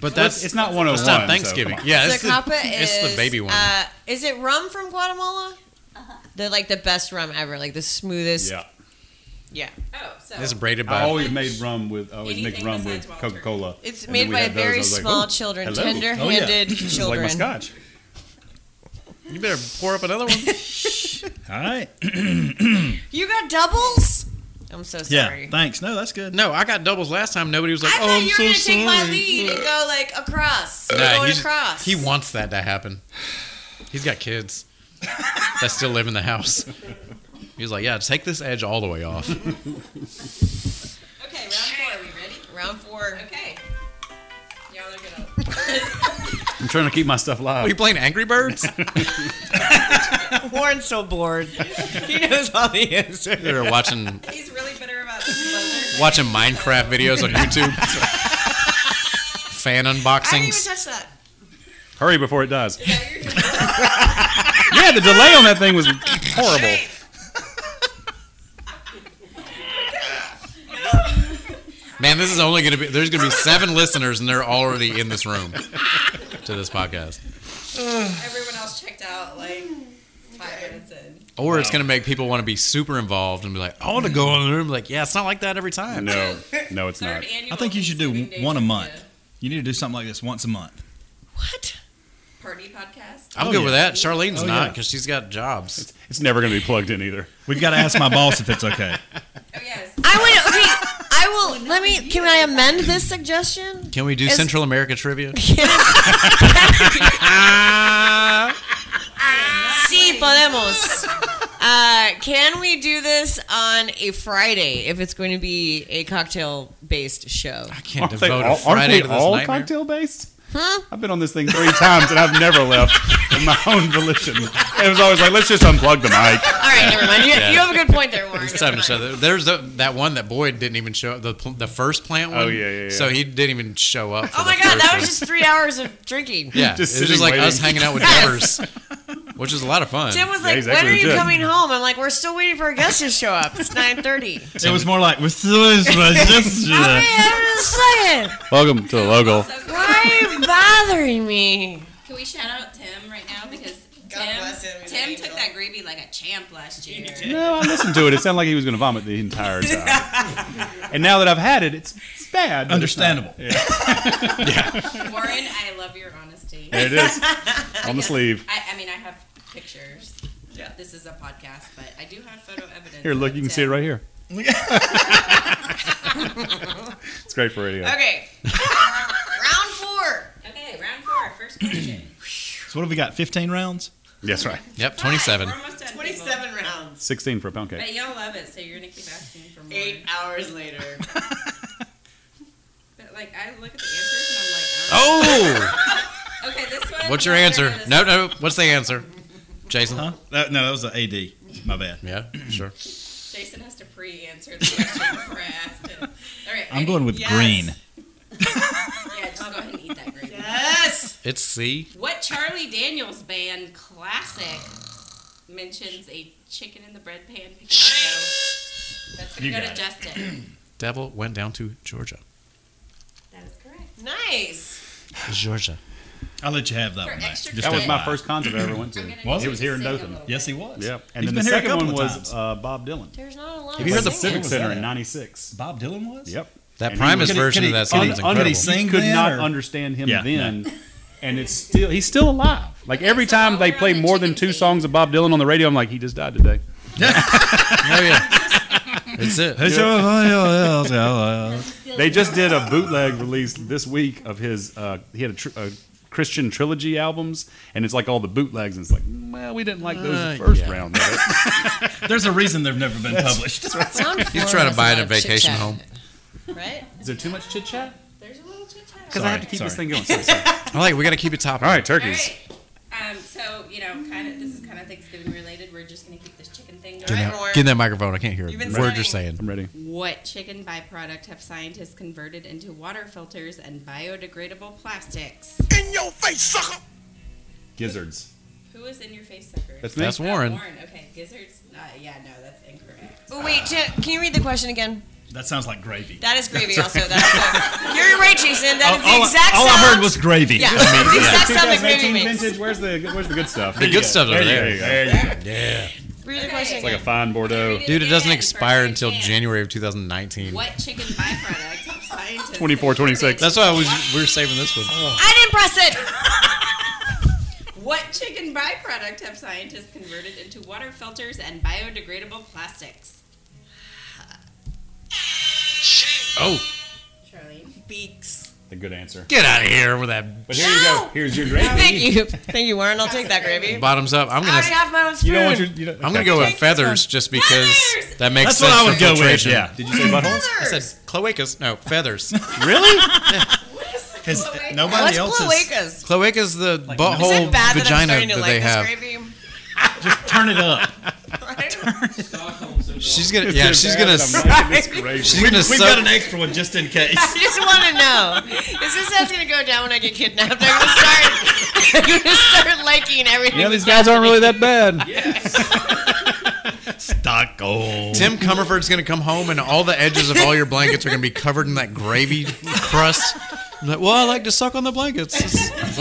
But That's, that's it's not 101. it's so come not on. Thanksgiving. yeah, it's the, Zacapa is it's the baby one. Uh, is it rum from Guatemala? Uh-huh. They're like the best rum ever, like the smoothest. Yeah. Yeah. Oh, so it's braided by. I always made rum with I always mixed rum Anything besides with wild Coca Cola. It's made by very small children, Oh, yeah. tender-handed Like children. my scotch. you better pour up another one. All right. you got doubles? I'm so Yeah. sorry. Thanks. No, that's good. no, I got doubles last time. Nobody was like, I "Oh, thought I'm you were so gonna sorry." take my lead and go like across. We're Nah, going he's- across. "Oh, he wants that to happen. He's got kids that still live in the house. He was like, "Yeah, take this edge all the way off." okay, round four. Are we ready? Round four. Okay. Y'all are gonna. I'm trying to keep my stuff Are you live. playing Angry Birds? Warren's so bored. he knows all the answers. They're watching He's really bitter about this buzzer. watching Minecraft videos on YouTube. Fan I didn't even unboxings. touch that. Hurry before it dies. Is that your- Yeah, the delay on that thing was horrible. Man, this is only gonna be. There's gonna be seven listeners, and they're already in this room to this podcast. Everyone else checked out like five minutes in. Or it's gonna make people want to be super involved and be like, "I want to go on the room." Like, yeah, it's not like that every time. No, no, it's Third not. annual. I think you should do Thanksgiving Day one a trivia month. You need to do something like this once a month. What? Party podcast. I'm Oh, good yeah. with that. Charlene's Oh, not yeah. because she's got jobs. It's never going to be plugged in either. We've got to ask my boss if it's okay. Oh yes. I would. Okay. I will. Let me. Can I amend this suggestion? Can we do It's- Central America trivia? Si podemos. Uh, can we do this on a Friday if it's going to be a cocktail based show? I can't they devote a all, aren't Friday they to this all nightmare. cocktail based? I've been on this thing three times and I've never left of my own volition. It was always like, let's just unplug the mic. All right, never mind. You, you have a good point there, Warren. It's time to Never show. mind. That. There's the, that one that Boyd didn't even show up. The pl- the first plant one. Oh, yeah, yeah, yeah. So he didn't even show up. for Oh my the god, first that one. was just three hours of drinking. yeah. just it was sitting, just like us waiting. hanging out with Yes. Devers, which is a lot of fun. Tim was like, he's "When are actually you legit. coming home?" I'm like, "We're still waiting for our guests to show up. It's 9:30." It was more like, "What's this? What's this?" uh, I mean, I'm just saying, Welcome to the local. So can, why are you bothering me? can we shout out Tim right now because God Tim, bless him, he's an Tim angel. took that gravy like a champ last year. No, I listened to it. It sounded like he was going to vomit the entire time. and now that I've had it, it's it's bad. but it's not. Understandable. Warren, I love your honesty. There it is. On the sleeve. I, I mean, I have pictures. Yeah. This is a podcast, but I do have photo evidence. Here, look, you can see it right here. it's great for radio. Okay, round four. Okay, round four, first question. So what have we got? Fifteen rounds. That's right. yep, 27. We're almost done, people. 27 rounds. 16 for a pound cake. But y'all love it, so you're gonna keep asking for more. Eight hours later. But like, I look at the answers and I'm like, Oh, oh. okay, this one. what's your I'm answer? gonna say- No, no. What's the answer, Jason? Huh? That, no, that was the AD. My bad. Yeah, sure. Jason has to pre-answer the question before I asked it. All right. I'm going with Yes. green. Yeah, just go ahead and eat that gravy. yes. It's C. What Charlie Daniels band classic mentions a chicken in the bread pan? picnic? So that's gonna You go got to it. Justin. Devil went down to Georgia. That is correct. Nice. Georgia. I'll let you have that For one. Back. extra Just That was FYI. my first concert I ever went to. I'm gonna need Was it? you was to here in sing Dothan. a Yes, he little was. Yeah. And He's then been the here a second couple one of was times. uh, Bob Dylan. There's not a lot. Have you heard of the singing. Civic was Center that? in 96. Bob Dylan was. Yep. That And he Primus was- version could he- of that could song he- is could he incredible. sing? He could then, not or- understand him Yeah, then. And it's still he's still alive. Like every so time while they we're play on the more than chicken two thing- songs of Bob Dylan on the radio, I'm like, he just died today. Oh yeah. That's it. They just did a bootleg release this week of his. Uh, he had a, tr- a Christian trilogy albums, and it's like all the bootlegs. And it's like, well, we didn't like those Uh, the first yeah. round. Of it. There's a reason they've never been published. Round He's four trying to is buy it a lot of vacation chit-chat, home. right? Is there too much chit chat? There's a little chit chat. Because I have to keep Sorry, this thing going. Sorry, sorry. I like. it. We got to keep it top. all right, All turkeys. right. Um, so you know, kind of this is kind of Thanksgiving related. We're just gonna keep this chicken thing Get going. in, Alright, that, Warren. get in that microphone. I can't hear a You've word been you're studying. saying. I'm ready. What chicken byproduct have scientists converted into water filters and biodegradable plastics? Gizzards. Who is in your face sucker? That's me. That's Oh, Warren. Warren. Okay, gizzards. Uh, yeah, no, that's incorrect. Oh, wait, Tim, can you read the question again? That sounds like gravy. That is gravy. also, that is you're right, Jason. That is all, the exact all I sound. heard was gravy. yeah, that's the exact sound that gravy 2018 makes. vintage. Where's the Where's the good stuff? The good stuff over There you there. go. There you go. Read the Okay. question It's Like a again. fine Bordeaux. Read Dude, it doesn't again, expire first until again. January of 2019. What chicken byproduct have scientists? 24, 26. converted- That's why I was, we were saving this one. I didn't press it. What chicken byproduct have scientists converted into water filters and biodegradable plastics? Oh, Charlie. Beaks. The good answer. get out of here with that But here you go. Here's your gravy. Thank you, thank you, Warren. I'll take that gravy. bottoms up. I'm I already gonna have my own spoon. You don't want your. You don't, I'm gonna go with feathers just because Feathers! that makes That's sense what I for would go with. filtration. Yeah. Did you say buttholes? I said cloacas. No, feathers. really? Because Cloaca. What's nobody else is. cloacas? Cloacas the Is butthole it bad that I'm vagina starting that, to they like this have. gravy? Turn it up. She's gonna yeah. She's gonna s- she's We've, gonna we've got an soak. extra one just in case. I just want to know. Is this how it's gonna go down when I get kidnapped? I'm gonna start. I'm gonna start liking everything. Yeah, these guys aren't really that bad. Stockholm. Tim Comerford's gonna come home and all the edges of all your blankets are gonna be covered in that gravy crust. I'm like, well, I like to suck on the blankets. It's,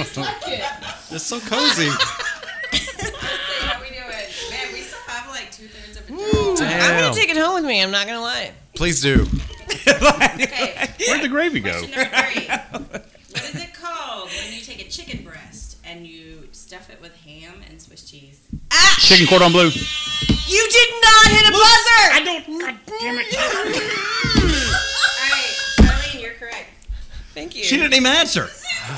it's so cozy. How we doing? Man, we still have like two thirds of a I'm gonna Damn. take it home with me. I'm not gonna lie. Please do. Okay, Where'd the gravy go? question number three. What is it called when you take a chicken breast and you stuff it with ham and Swiss cheese? Chicken cordon bleu. You did not hit a buzzer. I don't- God damn it. All right, Charlene, you're correct. Thank you. She didn't even answer.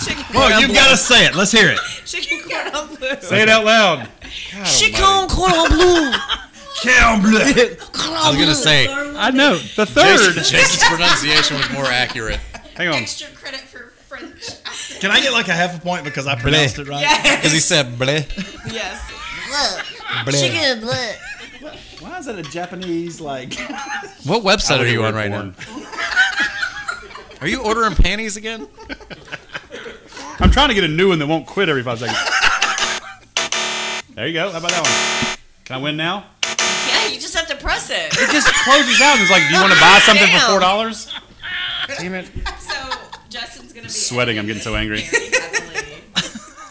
Chicken Well, cordon you've bleu. got to say it. Let's hear it. chicken cordon bleu. Say it out loud. Chicken cordon bleu. I was gonna say I know. Jason, The third. Jason's pronunciation was more accurate. Hang on. Extra credit for French accent. Can I get like a half a point because I pronounced it right? Because he said bleh, Yes. bleh. Why is that a Japanese like? What website are you on right now? Are you ordering panties again? I'm trying to get a new one that won't quit every five seconds. there you go. How about that one? Can I win now? Yeah, you just have to press it. It just closes out and it's like, do you want to buy something Damn. for four dollars? So Justin's gonna be Sweating, I'm getting so angry. Very heavily.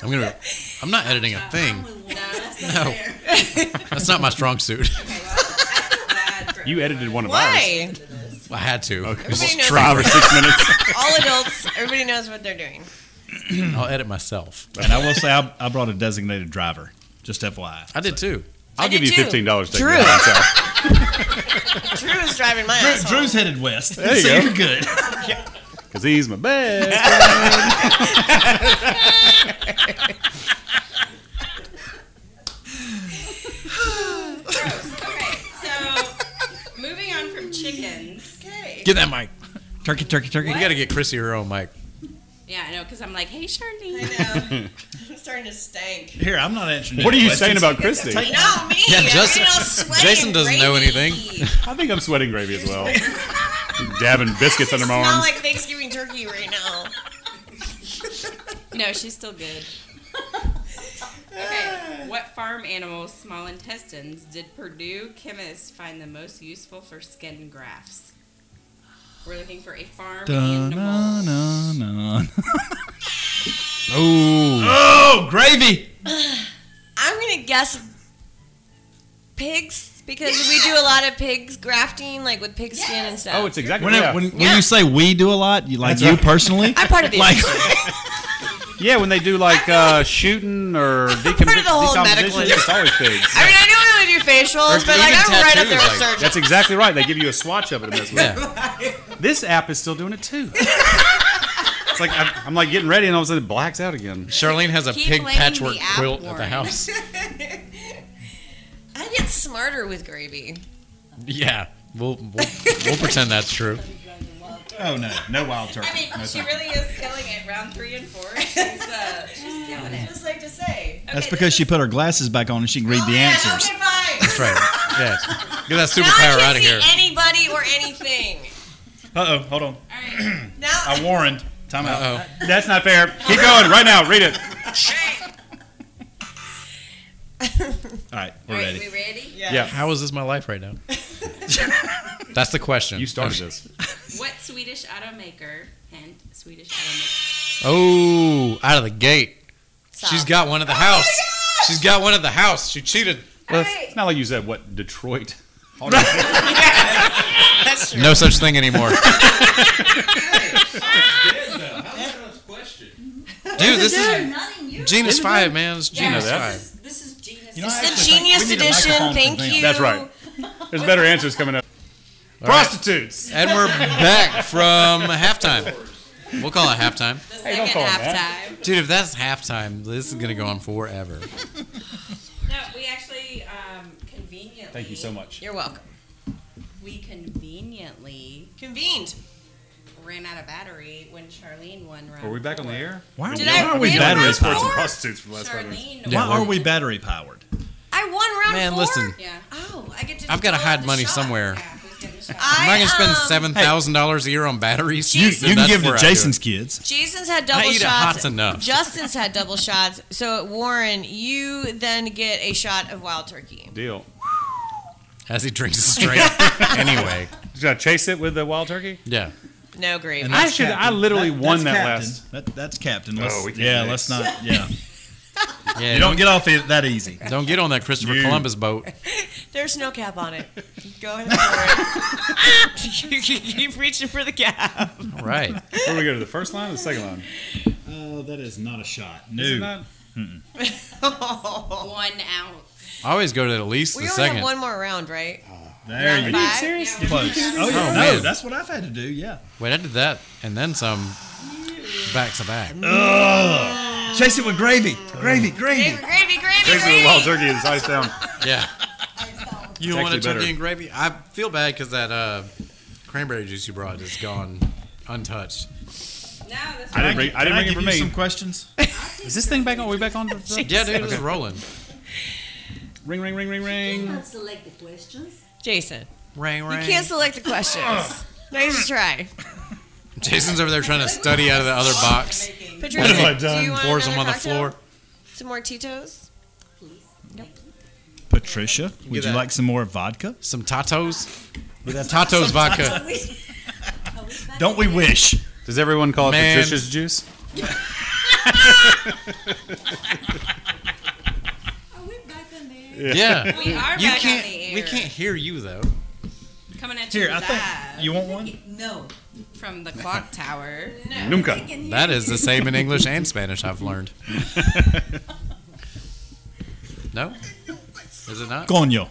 I'm gonna. I'm not editing a thing. No, that's not No, fair. that's not my strong suit. Bad for- You edited one of ours. Why? I had to. Everybody knows Five or six minutes. All adults, everybody knows what they're doing. I'll edit myself. And I will say I, I brought a designated driver. Just FYI. I did too. I'll I give did you too. fifteen dollars. Drew. There Drew is driving my Drew, asshole. Drew's headed west. There you so go. you're good. because he's my best. Okay, so moving on from chickens. Okay. Get that mic. Turkey, turkey, turkey. You gotta get Chrissy her own mic. Yeah, I know, because I'm like, hey, Charlene. I know. I'm starting to stank. Here, I'm not answering. What are any you questions. saying about Christy? You know me. Yeah, I'm Justin- all sweaty Jason and doesn't know gravy. anything. I think I'm sweating gravy as well. Dabbing biscuits under my I smell arms. like Thanksgiving turkey right now. No, she's still good. Okay, what farm animal's small intestines did Purdue chemists find the most useful for skin grafts? We're looking for a farm animal. Oh, Oh, gravy. I'm gonna guess pigs because we do a lot of pigs grafting, like with pig skin and stuff. Oh, it's exactly. When, it- yeah. when, when Yeah. you say we do a lot, you, like That's you right. personally, I'm part of the like Yeah, when they do like uh, shooting or decom- Part of the whole medical decomposition, it's always pigs. I mean, I know we only do facials, but like even I'm right up tattoos, there with like- surgeons. That's exactly right. They give you a swatch of it. And that's what- yeah. This app is still doing it too. it's like I'm, I'm like getting ready, and all of a sudden it blacks out again. Charlene has a Keep pig blaming the patchwork app quilt at the Warren. house. I get smarter with gravy. Yeah, we'll we'll, we'll pretend that's true. Oh no, no wild turkey. I mean, No she turkey. really is killing it. Round three and four, she's, uh, she's killing it. Just like to say. Okay, That's this because she is- put her glasses back on and she can read the answers. Okay, fine. That's right. Yeah, get that Now I superpower can't out of see here. anybody or anything. Uh oh, hold on. All right, Now, I warned. Time out. Uh That's not fair. Keep going right now. Read it. All right, all we're right, we ready. ready? Yeah, oh, how is this my life right now? That's the question. you started this. What Swedish automaker? Hint: Swedish automaker. Oh, out of the gate. Stop. Oh She's got one at the house. She's got one at the house. She cheated. Well, it's not like you said what Detroit. No such thing anymore. Dude, this is Genus Five, man. It's Genus that? Five. This is genius. You know, I It's the actually think we genius need a edition. microphone for Thank them. you. That's right. There's better answers coming up. Prostitutes. And we're back from halftime. We'll call it halftime. The Hey, don't second call him half that. time. Dude, if that's halftime, this is gonna go on forever. No, we actually um, conveniently. Thank you so much. You're welcome. We conveniently Convened. ran out of battery when Charlene won round. Are we back on the four. air? Why, Did why I are we really battery want powered? Experts and prostitutes for the last five minutes. Charlene. Yeah. won. Why are we battery powered? I won round Man, four. listen. Yeah. Oh, I get to. I've gotta draw hide the money shot. somewhere. Yeah, who's getting the shot? I, I'm not gonna spend um, seven thousand dollars a year on batteries. You, so you can that's give it where I to do it. Jason's kids. Jason's had double I eat it shots. hot's enough. Justin's had double shots. So Warren, you then get a shot of wild turkey. Deal. as he drinks it straight. anyway, Should I chase it with the wild turkey? yeah. No gravy. And I that's should- I Captain. literally won that's that Captain. last- That, that's Captain. Let's, we can't yeah, mix. let's not. Yeah, Yeah, you don't get off it that easy. don't get on that Christopher You- Columbus boat. There's no cap on it. Go ahead. For it. you keep reaching for the cap. All right. Where do we go to the first line or the second line? Oh, that is not a shot. Is it No. not? One out. I always go to at least We the only second. have one more round, right? There you Round go. five? Serious? Yeah, Close. Oh, yeah. Oh, no, man. that's what I've had to do. Yeah. Wait, I did that and then some back to back. Chase it with gravy. Gravy, Gravy, gravy. gravy, gravy, Chase it with the wild gravy. turkey and it's ice down. Yeah. You don't want a actually turkey better. and gravy? I feel bad because that uh, cranberry juice you brought is gone untouched. No, No, that's I right. didn't bring. I didn't bring it give for you me. some questions. Is this thing back on? We back on? Yeah, dude, it's rolling. Ring, ring, ring, ring, ring. Can't select the questions. Jason, Rang, you rang. can't select the questions. Nice try. Jason's over there trying to study out of the other box. Patricia, What have I do done? you want Pours them on another the cocktail? floor. Some more Tito's? Patricia, would you that. like some more vodka? Some tatos. Tatos vodka. Don't we wish? Does everyone call it Man. Patricia's juice? oh, Are we back on there? Yeah. We are You back can't. on the air. We can't hear you though. Coming at you Here, I live think you want one. No. from the clock tower. Nunca. That is the same in English and Spanish I've learned. No? Is it not? Coño.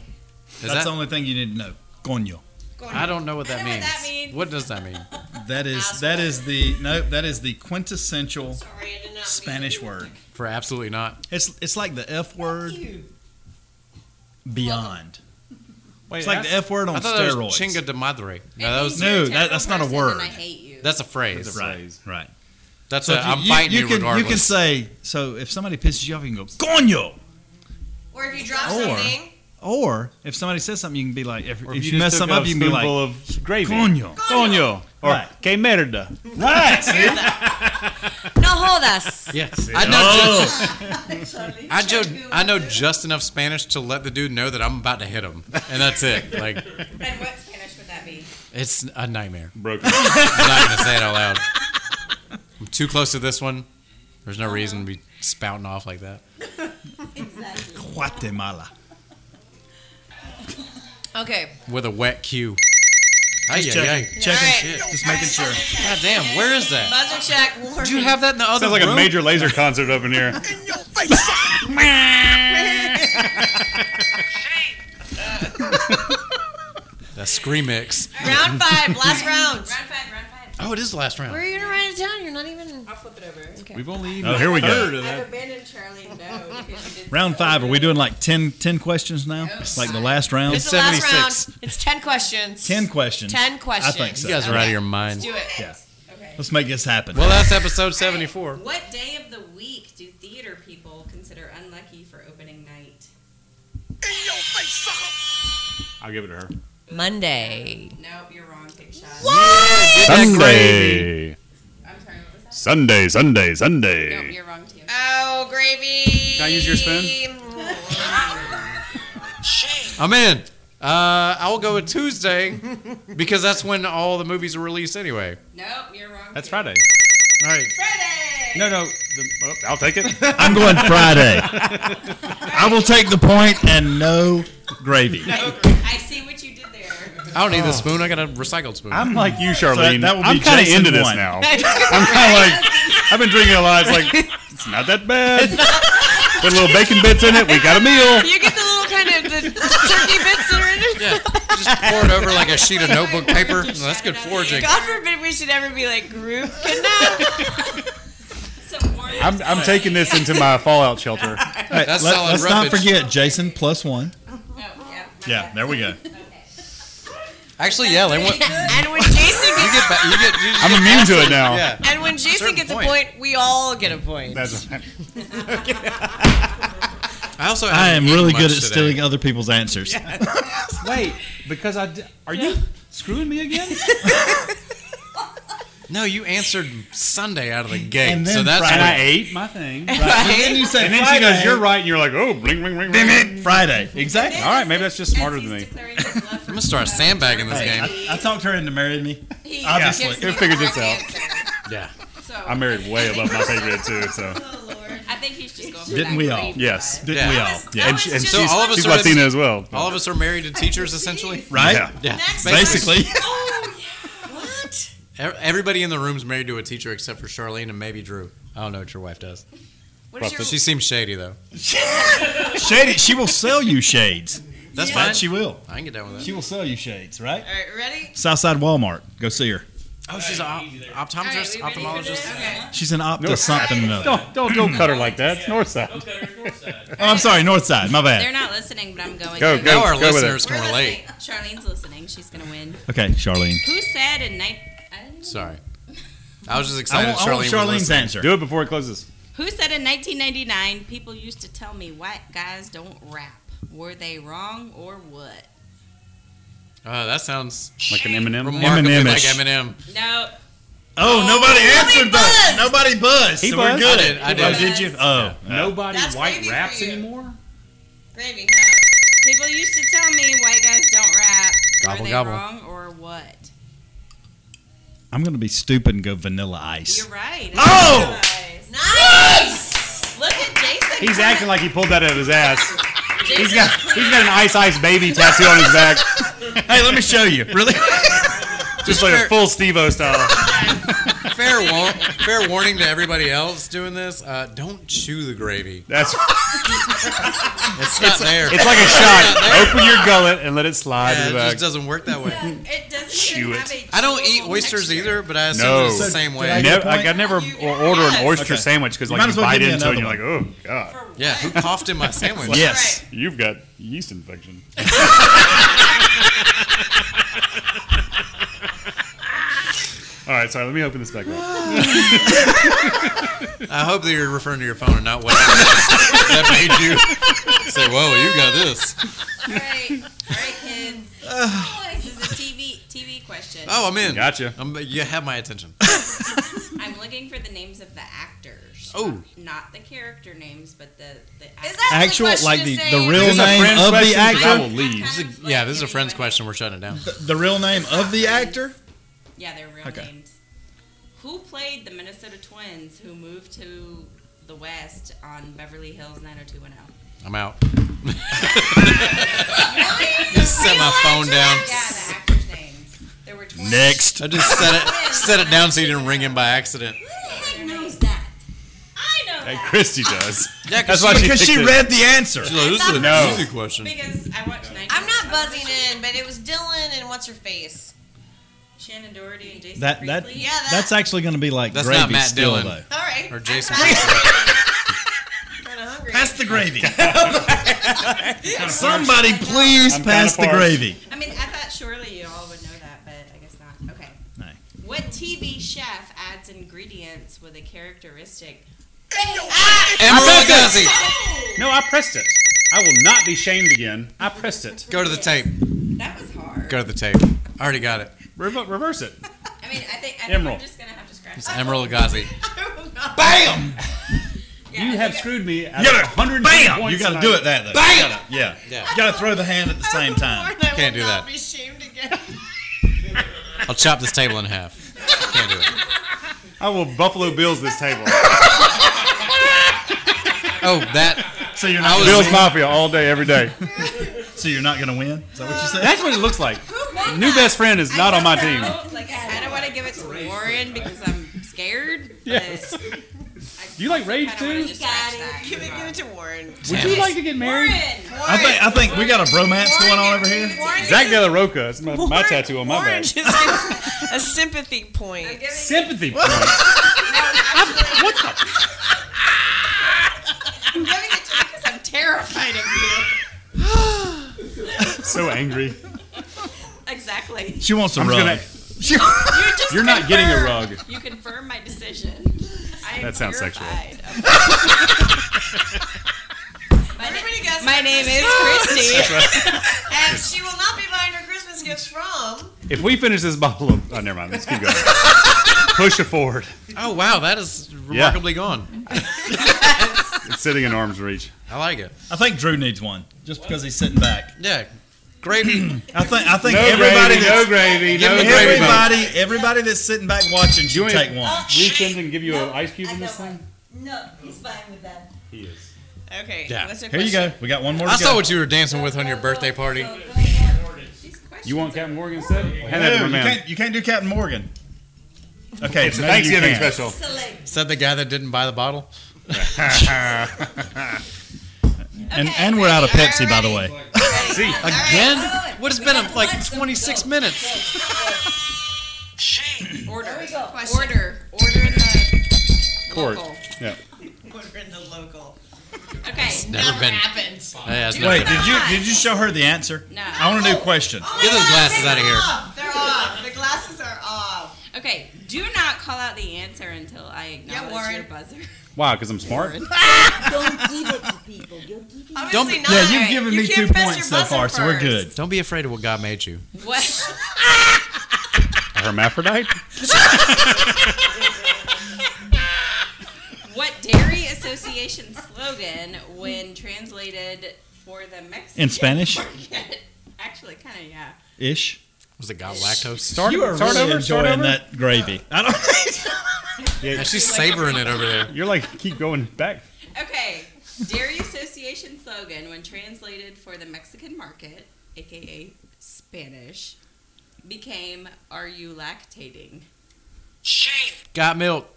Is That's that, the only thing you need to know. Coño. I don't know what that I know means. what that means. What does that mean? That is that is the no. That is the quintessential Sorry, I did not Spanish word. For absolutely not. It's it's like the F word beyond. Wait, It's like the F word I on thought that was steroids. chinga de madre. No, that was, means- No, that- that's not a word. I hate you. that's a phrase. right, right. That's So a, if I'm fighting you, can, regardless. You can say so if somebody pisses you off, you can go coño. Or if you drop Or- something, Or if somebody says something, you can be like, if, Or if, you you, just mess took something up, a you can be like, spoonful of gravy. coño. Coño. Or Right. que merda. Right. See? no hold us. Yes. I know, just, I, just, I know just enough Spanish to let the dude know that I'm about to hit him. And that's it. Like, And what Spanish would that be? it's a nightmare. Broken. I'm not going to say it out loud. I'm too close to this one. There's no reason to be spouting off like that. Guatemala. Okay. With a wet cue. Ay, Just ay, checking. ay. Checking. All right. Shit. Just making sure. God damn, where is that? Buzzer check. Warning. Did you have that in the other Sounds like room? a major laser concert up in here. That scream mix. round five, last round. Round five, round five. Oh, it is the last round. Where are you gonna write it down? You're not even. I'll flip it over. We've only oh, here we go. I've abandoned Charlie no because you did Round five. Are we doing like 10, 10 questions now? Yes. Like the last round? It's the last 76. round. It's ten questions. Ten questions. Ten questions. I think so. You guys are out of your mind. Do it. Yeah. Okay. Let's make this happen. Well, that's episode 74. What day of the week do theater people consider unlucky for opening night? I'll give it to her. Monday. Nope, you're wrong, Big Shot. Sunday. I'm sorry, what was that? Sunday, Sunday, Nope, Sunday. you're wrong too. Oh, gravy. Can I use your spoon? I'm in. Uh, I will go with Tuesday because that's when all the movies are released anyway. Nope, you're wrong. That's too. Friday. All right. Friday. No, no. The, oh, I'll take it. I'm going Friday. I will take the point and no gravy. I see what you did there. I don't need the spoon. I got a recycled spoon. I'm like you, that- Charlene. that would be I'm kind of Jason into this one. now. I'm kind of like I've been drinking a lot. It's like it's not that bad. Put a little bacon bits in it. We got a meal. You get the little kind of the turkey bits that are in it. yeah. Just pour it over like a sheet of notebook paper. Well, that's good foraging. God forbid we should ever be like group kidnapped. Some warm I'm, I'm taking this into my fallout shelter. That's Let, solid us roughage. not forget Jason plus one. Oh, yeah. Yeah, there we go. Actually, yeah. Like, what, you and when Jason get, gets ba- you get, you just I'm get immune to it absolute- now. Yeah. and when Jason certain gets point. a point, we all get a point. That's I also. I am haven't really eaten good much at today. stealing other people's answers. Wait, because I d- are you screwing me again? No, you answered Sunday out of the gate. And so then that's Friday. and I what- ate my thing. And you say And then she goes, "You're right," and you're like, "Oh, bling, bling, bling, bling." Friday. Exactly. All right, maybe that's just smarter than me. I'm gonna start sandbagging this game. I, I talked her into marrying me. Obviously. Obviously, Who figured this out? Yeah. So I married way above my pay grade too. So I think he's just going. For Didn't that we green all? yes, Didn't we Yeah. all? Yeah. and, she, and So she's, all of us she's are in- Latina as well. All of us are married to teachers, essentially. Right? Yeah. Yeah. Basically. Oh, What? E- Everybody in the room's married to a teacher except for Charlene and maybe Drew. I don't know what your wife does. What is your She seems shady though. Shady. She will sell you shades. That's That fine. She will. I can get down with She that. will sell you shades, right? All right, ready? Southside Walmart. Go see her. Oh, she's an op- optometrist, All right, we ready for this? ophthalmologist. Okay. She's an opta something or another. Don't don't don't cut her like that. It's Northside. Oh, I'm sorry, Northside. My They're bad. not listening, but I'm going. Go, to. Oh, go. Now our with it. listeners We're can relate. listening. Charlene's listening. She's gonna win. Okay, Charlene. Who said in night? I didn't- Sorry. I was just I excited. want, I want Charlene was Charlene's listening. answer. Do it before it closes. Who said in 1999 people used to tell me white guys don't rap? Were they wrong or what? Uh, that sounds Like an Eminem. remarkably Eminem-ish. like Eminem. No, Oh, nobody answered buzzed. that. Nobody buzzed. He so buzzed. we're good. I did, I Oh, did. did you? Oh, Nobody That's white gravy for raps you. anymore. Gravy. no. People used to tell me white guys don't rap. Gobble, Were they gobble. wrong or what? I'm gonna be stupid and go Vanilla Ice. You're right. Oh! Nice. Nice. Look at Jason. He's coming- acting like he pulled that out of his ass. Jason, He's got he's got an ice ice baby tattoo on his back, hey, let me show you. Really? just like a full Steve-O style. Fair, war- fair warning to everybody else doing this: uh, don't chew the gravy. That's It's not there. it's like a shot. Open your gullet and let it slide Yeah, to it the back. just doesn't work that way. it doesn't Chew even it. have a I don't eat chewable oysters texture. either, but I assume No. it's the So same did I way. get- Never, like point? I never You- or order an oyster Okay. sandwich because You like might you as well bite give me into it and you're another like, oh god, For Yeah, who what? coughed in my sandwich? yes. you've got yeast infection. All right, sorry. Let me open this back up. I hope that you're referring to your phone and not what that made you say, "Whoa, you got this." All right, all right, kids. this is a TV TV question. Oh, I'm in. Gotcha. I'm, you have my attention. I'm looking for the names of the actors. Oh. not the character names, but the the Is actors. that Actual, the question like to the, say- the real Is this a name friend's of the question? 'Cause I actor. will leave. Kind of Yeah, this is a anyway. friend's question. We're shutting it down. The real name of the actor. Yeah, they're real Okay. names. Who played the Minnesota Twins who moved to the West on Beverly Hills 90210? I'm out. just set my phone down. Yeah, the actors' names. There were twins. I just set it set it down so you didn't ring in by accident. Who knows that? I know Hey, that Christy does. Yeah, That's why she Because she picked it. read the answer. She's like, this is an No. easy question. because I watched. 90s I'm not buzzing television. in, but it was Dylan and what's her face. Shannon Doherty and Jason That that Priestley. Yeah, that- that's actually gonna be like That's gravy not Matt still Dillon. though. All right. Or Jason I'm Priestley. kind of hungry. Pass the gravy. Somebody please I'm pass the kinda parched. gravy. I mean, I thought surely you all would know that, but I guess not. Okay. No. What TV chef adds ingredients with a characteristic? Emerald Guzzi, Oh! No, I pressed it. I will not be shamed again. I pressed it. go to the tape. That was hard. Go to the tape. I already got it. Rever- reverse it. I mean, I think, I think I'm Emerald. just gonna have to scratch It's that. Emerald Ghazi. Bam! Yeah, You I have think screwed me. Out You of gotta- 100 Bam! Points You gotta tonight. do it that though. Bam! Yeah. Yeah. You gotta throw the hand at the same time. Can't do that. Be shamed again. I'll chop this table in half. Can't do it. I will Buffalo Bills this table. Oh, that. So you're I not was- Bills Mafia all day, every day. so you're not gonna win? Is that what you said? That's what it looks like. won New best friend is I not on my don't team. know. Like, I don't want to give it to Warren because I'm scared. Yes. But Do you like rage I too? don't Would Got it. Give it, give it to Warren. you like to get Warren. married? I think I think we got a bromance going on over here. Warren Zach De La Roca. It's my, my Warren- tattoo on my Warren back. just gets a sympathy point. Sympathy point. What the? I'm giving it to you because I'm terrified of you. so angry. Exactly. She wants a I'm rug. gonna- You're just You're not getting a confirmed. rug. You confirm my decision. I am That sounds sexual. sexual. Everybody gets My name is Christy. and she will not be buying her Christmas gifts from. If we finish this bottle of. Oh, never mind. Let's keep going. Push it forward. Oh, wow. That is remarkably gone. It's sitting in arm's reach. I like it. I think Drew needs one just because he's sitting back. Yeah. Gravy. I think I think No everybody gravy, no that's gravy, Give no me gravy. gravy boat. everybody everybody that's sitting back watching should You ain't- take one. Reach in and give you an ice cube I in got this thing? one. No, he's fine with that. He is. Okay. Yeah. What's her Here you question? go. We got one more. To I saw go. what you were dancing with on your birthday party. So go ahead. You want Captain Morgan instead? Hand that No, to my you man. can't you can't do Captain Morgan. Okay, It's a maybe you Thanksgiving can. special. Select. Is that the guy that didn't buy the bottle? And and we're out of Pepsi by the way. See, Again? What has been like 26 minutes? Order. we go. Order. Order in the court. local. Yeah. We're in the local. Okay. Never been. Happens. Yeah, it's never Wait, been. did you did you show her the answer? No. Oh, Oh I want a new question. Get those glasses out of here. They're off. The glasses are off. Okay, do not call out the answer until I Yeah, acknowledge Warren. your buzzer. Why? Because I'm smart. Don't give it to people. You're giving it Obviously Don't- not. Yeah, you've given You me can't two press points your so far, buzzer so we're first. good. Don't be afraid of what God made you. What? A hermaphrodite? What dairy association slogan, when translated for the Mexican In Spanish? market, actually kind of yeah. Ish. Was it God lactose? Start, You are start really over, start enjoying over? that gravy. I don't. Yeah, she's savoring it over there. You're like keep going back. Okay, dairy association slogan, when translated for the Mexican market, aka Spanish, became "Are you lactating?" Got milk.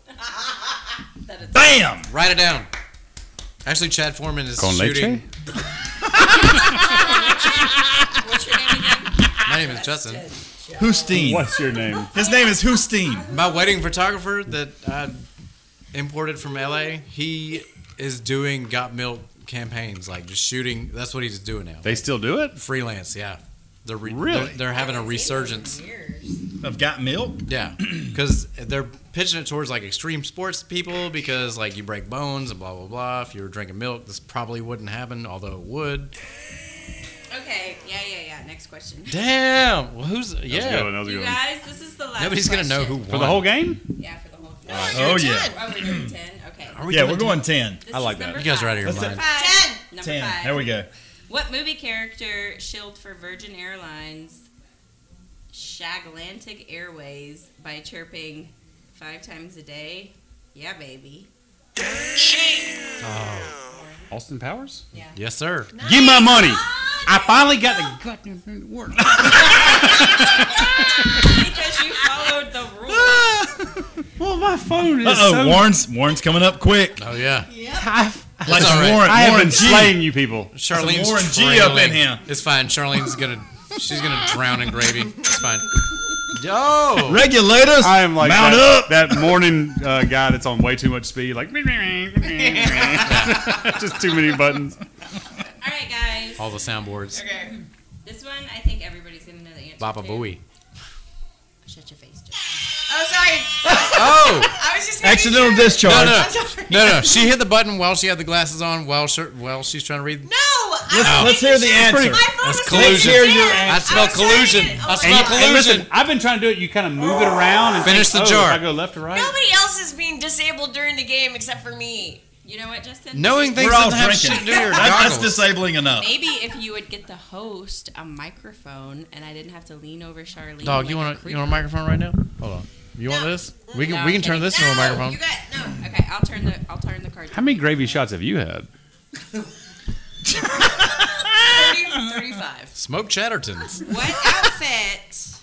That is Bam! Write it down. Actually, Chad Foreman is Con leche? shooting. what's your name again? My name is Justin. Hustine. What's your name? His name is Hustine. My wedding photographer that I imported from LA, he is doing Got Milk campaigns, like just shooting. That's what he's doing now. They still do it? Freelance, yeah. They're re- Really? They're, they're having a resurgence. I've got milk. Yeah, because they're pitching it towards like extreme sports people because like you break bones and blah blah blah. If you were drinking milk, this probably wouldn't happen, although it would. Okay, yeah, yeah, yeah. Next question. Damn. Well, who's That was a good yeah? one, that was a You good one. guys, this is the last. Nobody's gonna know who question. won. For the whole game? Yeah, for the whole. Oh yeah. Oh, we're doing ten. Okay. Are we Yeah, doing we're going ten. This I like is that. number You guys are out of your Let's do- mind. Five. Ten. Number Ten. five. There we go. What movie character shilled for Virgin Airlines Shaglantic Airways by chirping five times a day? Yeah, baby. Austin Powers? Yes, sir. Give my money. I finally got the goddamn thing to work. because you followed the rules. Well, my phone is Uh oh, so. Warren's Warren's coming up quick. Oh yeah. I've, Like all right. Warren, I have Warren been G. slaying you people. Charlene's Warren G up in trailing. here. It's fine. Charlene's gonna she's gonna drown in gravy. It's fine. Yo. Regulators, I am like mount that, up. that morning uh, guy that's on way too much speed, like just too many buttons. All right, guys. All the soundboards. Okay. This one, I think everybody's gonna know the answer. Baba to. Booey. Shut your face. Jeff. Oh, sorry. Oh I was just making Accidental sure. discharge. no no sorry. no no! She hit the button while she had the glasses on. While she, while she's trying to read. No. I, Let's, let's hear the answer. my phone That's was collusion. right there. Hear your I answer. smell was trying to collusion. get- I oh, smell yeah. And listen, collusion. I've been trying to do it. You kind of move it around and Finish think, the oh, jar. if I go left to right. Nobody else is being disabled during the game except for me. You know what, Justin? Knowing things We're all doesn't have drinking. shit to do with your That- that's goggles. disabling enough. Maybe if you would get the host a microphone and I didn't have to lean over Charlene. Dog, like you want a to you want a microphone right now? Hold on. You want No. this? We can No, we can I'm turn kidding. this into a No, microphone. You got no. creep. Okay, I'll turn the I'll turn the card. How many gravy shots have you had? 30, 35. Smoke Chattertons. What outfit?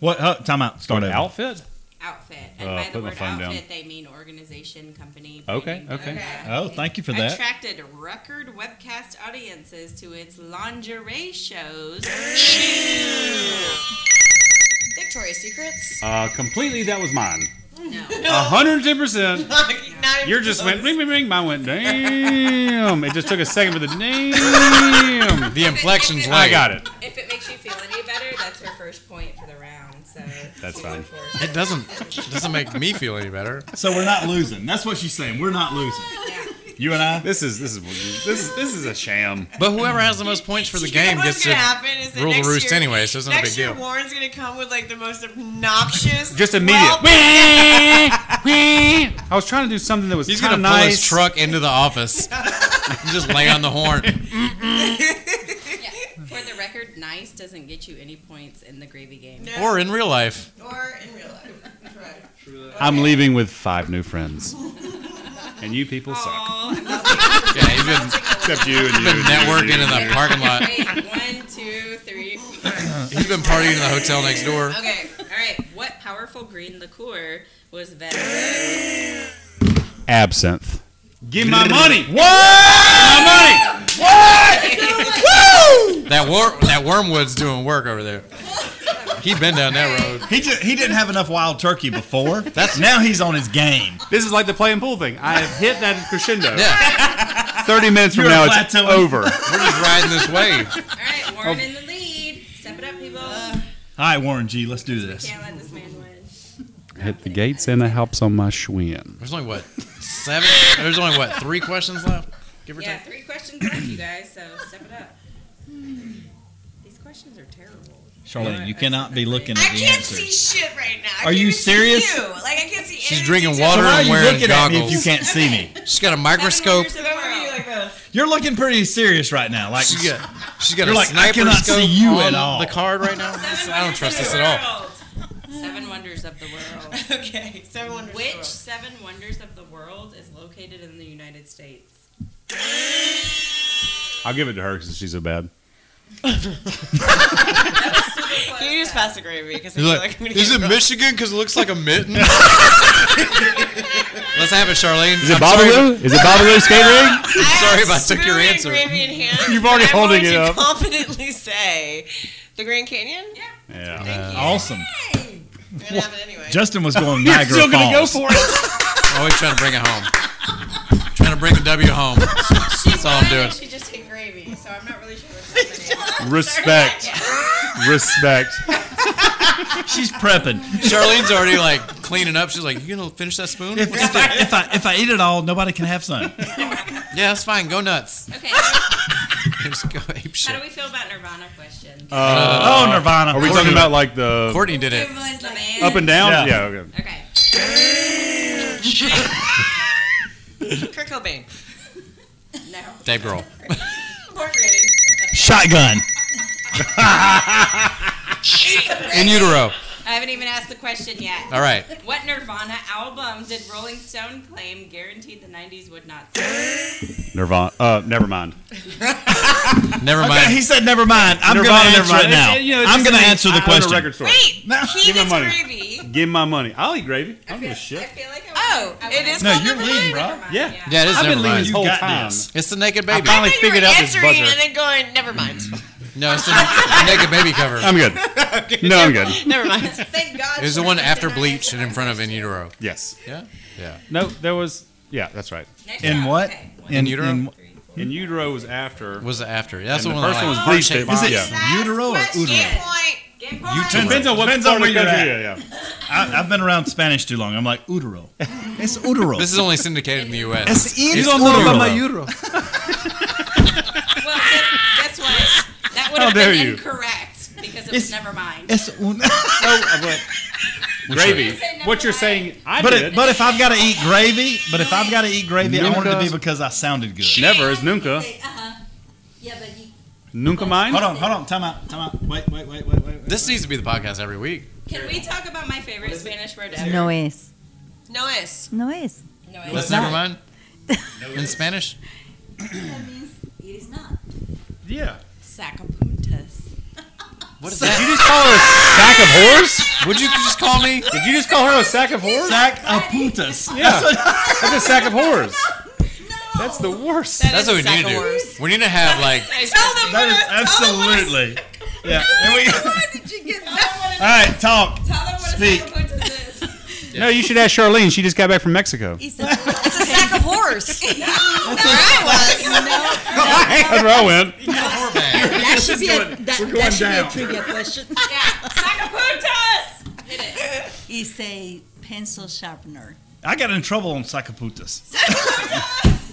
What? Huh, time out. Start over. Outfit? Outfit. And Oh, Uh, by the put my word phone outfit, down. they mean organization, company. Okay, branding. okay. Oh, thank you for that. Attracted record webcast audiences to its lingerie shows. Victoria's Secrets. Uh, completely, that was mine. No. hundred ten percent. Not even Yours just went ring, ring, ring. Mine went damn. It just took a second for the damn. The inflection's I like got it. If it makes you feel any better, that's her first point for the round. So That's fine. It doesn't doesn't make me feel any better. So we're not losing. That's what she's saying. We're not losing. You and I. This is this is this is this is a sham. But whoever has the most points for the game gets what's to gonna happen is that rule the next roost year, anyway, so it's not a next big year deal. Warren's gonna come with like the most obnoxious. Just immediate. well- I was trying to do something that was He's kinda gonna nice. pull his truck into the office and just lay on the horn. For the record, nice doesn't get you any points in the gravy game. Or in real life. or in real life. Right. I'm leaving with five new friends. And you people suck. Oh, I'm not Yeah, he's been, Except you and you. been networking in the parking lot. Wait, one, two, three. four. He's been partying in the hotel next door. Okay, all right. What powerful green liqueur was Venom? Absinthe. Give my money. That wor- that wormwood's doing work over there. He's been down that road. He just, he didn't have enough wild turkey before. That's now he's on his game. This is like the playing pool thing. I have hit that crescendo. Yeah, Thirty minutes from You're now, it's plateauing. over. we're just riding this wave. All right, Warren Oh. in the lead. Step it up, people. Uh, All right, Warren G. Let's do this. Can't let this man win. All Hit the gates and the helps on my Schwinn. There's only what seven. There's only what three questions left, give or Yeah, take. three questions left, you guys, so step it up. These questions are terrible. Charlene, you cannot be looking I at the can't answers. see shit right now. I Are can't you even see serious? you. Like I can't see. She's any drinking detail. water Why are and you wearing looking at me if you goggles. can't see me? She's got a microscope. Seven wonders of the world. You're looking pretty serious right now. Like She's got, she's got You're a like, I sniper cannot scope see you on at all. the card right now. Seven I don't wonders trust of this the at all. world. Seven wonders of the world. Okay, seven wonders. Which seven wonders of the world is located in the United States? I'll give it to her because she's so bad. Super close. Can you just pass the gravy? Because I You're feel like, like I'm gonna is get it wrong." Michigan? Because it looks like a mitten. Let's have it, Charlene. Is it I'm sorry if- Babalu? Is it Babalu skate rig? I Sorry have if I took your spoon and answer. Gravy in hand, You've already but I'm holding going it to up. Confidently say, the Grand Canyon. Yeah, Yeah. awesome. I'm gonna have it anyway. Justin was going Niagara it. Falls. Always Oh, trying to bring it home. trying to bring a W home. That's all I'm doing. She just hit gravy, so I'm not really sure what's happening. Respect. Respect. She's prepping. Charlene's already like cleaning up. She's like, "You gonna finish that spoon?" If, if, I, if I if I eat it all, nobody can have some. yeah, that's fine. Go nuts. Okay, how Just go ape how do shit. we feel about Nirvana questions? oh, Nirvana. Are we talking about like the Courtney did it. The man- up and down? Yeah. Yeah. okay. Okay. Kurt Cobain. No. Dave Grohl. More gravy. shotgun? In utero. I haven't even asked the question yet. All right. What Nirvana album did Rolling Stone claim guaranteed the 90s would not sell? Nirvana. Uh, never mind. Never mind. Okay, he said never mind. I'm Nirvana, gonna never answer mind. it now. It- it- you know, it I'm just gonna means answer I the own a question. record store. Wait, he Give me gets money. gravy. Give me my money. I'll eat gravy. I don't give a I shit. feel like I Oh, I it is No, called you're Never leading, Mind. bro. Yeah. Yeah. Yeah, it is I've never been leaving mind. this whole You got time. this. It's the naked I baby. finally I thought you were figured out this answering buzzer. and then going, never mind. No, it's the naked baby cover. I'm good. No, I'm good. Never mind. Thank God. It was the one after Bleach and in front of In Utero. Yes. Yeah? Yeah. No, there was. Yeah, that's right. Next In up, what? okay. In utero? In utero was after. Was the after. That's And the the one first I one like. was Bleach. Shake Is it- Bottom. Yeah. utero or Question utero? point. Game point. Depends on what Depends part on of the where you're country. at. Yeah, yeah. I, I've been around Spanish too long. I'm like utero. It's utero. This is only syndicated in the U.S. it's in You utero. don't know about my utero. Well, that- guess what? That would have How dare been you. incorrect because it was It's- never mind. It's un- Oh, Gravy. Say never What you're mind. saying, I but did. it, but if I've got to eat gravy, but if I've got to eat gravy, I want it to be Nunca. because I sounded good. never is nunca. Say, uh-huh. Yeah, but he Nunca mine. Hold on, hold on. Time out. Time out. Wait, wait, wait, wait, wait. This needs to be the podcast every week. Can we talk about my favorite Spanish word ever? No es. No es. No es. No, That's I never mind. In Spanish? that means it is not. Yeah. Sacapuntas. What is Did that? you just call her a sack of whores? Would you just call me? Did you just call her a sack of whores? Sack of putas. Yeah. That's a sack of whores. That's the worst. That's what we need to do. We need to have like Tell them That is absolutely. Yeah. There we go. All right, talk. Tell them what Speak. a sacapuntas is. No, you should ask Charlene. She just got back from Mexico. It's a, It's a sack of horse. That's where I was. That's where I went. that should be a, that, that should down. be a trivia question. Yeah. Sacapuntas! Hit it. It's a pencil sharpener. I got in trouble on sacaputas.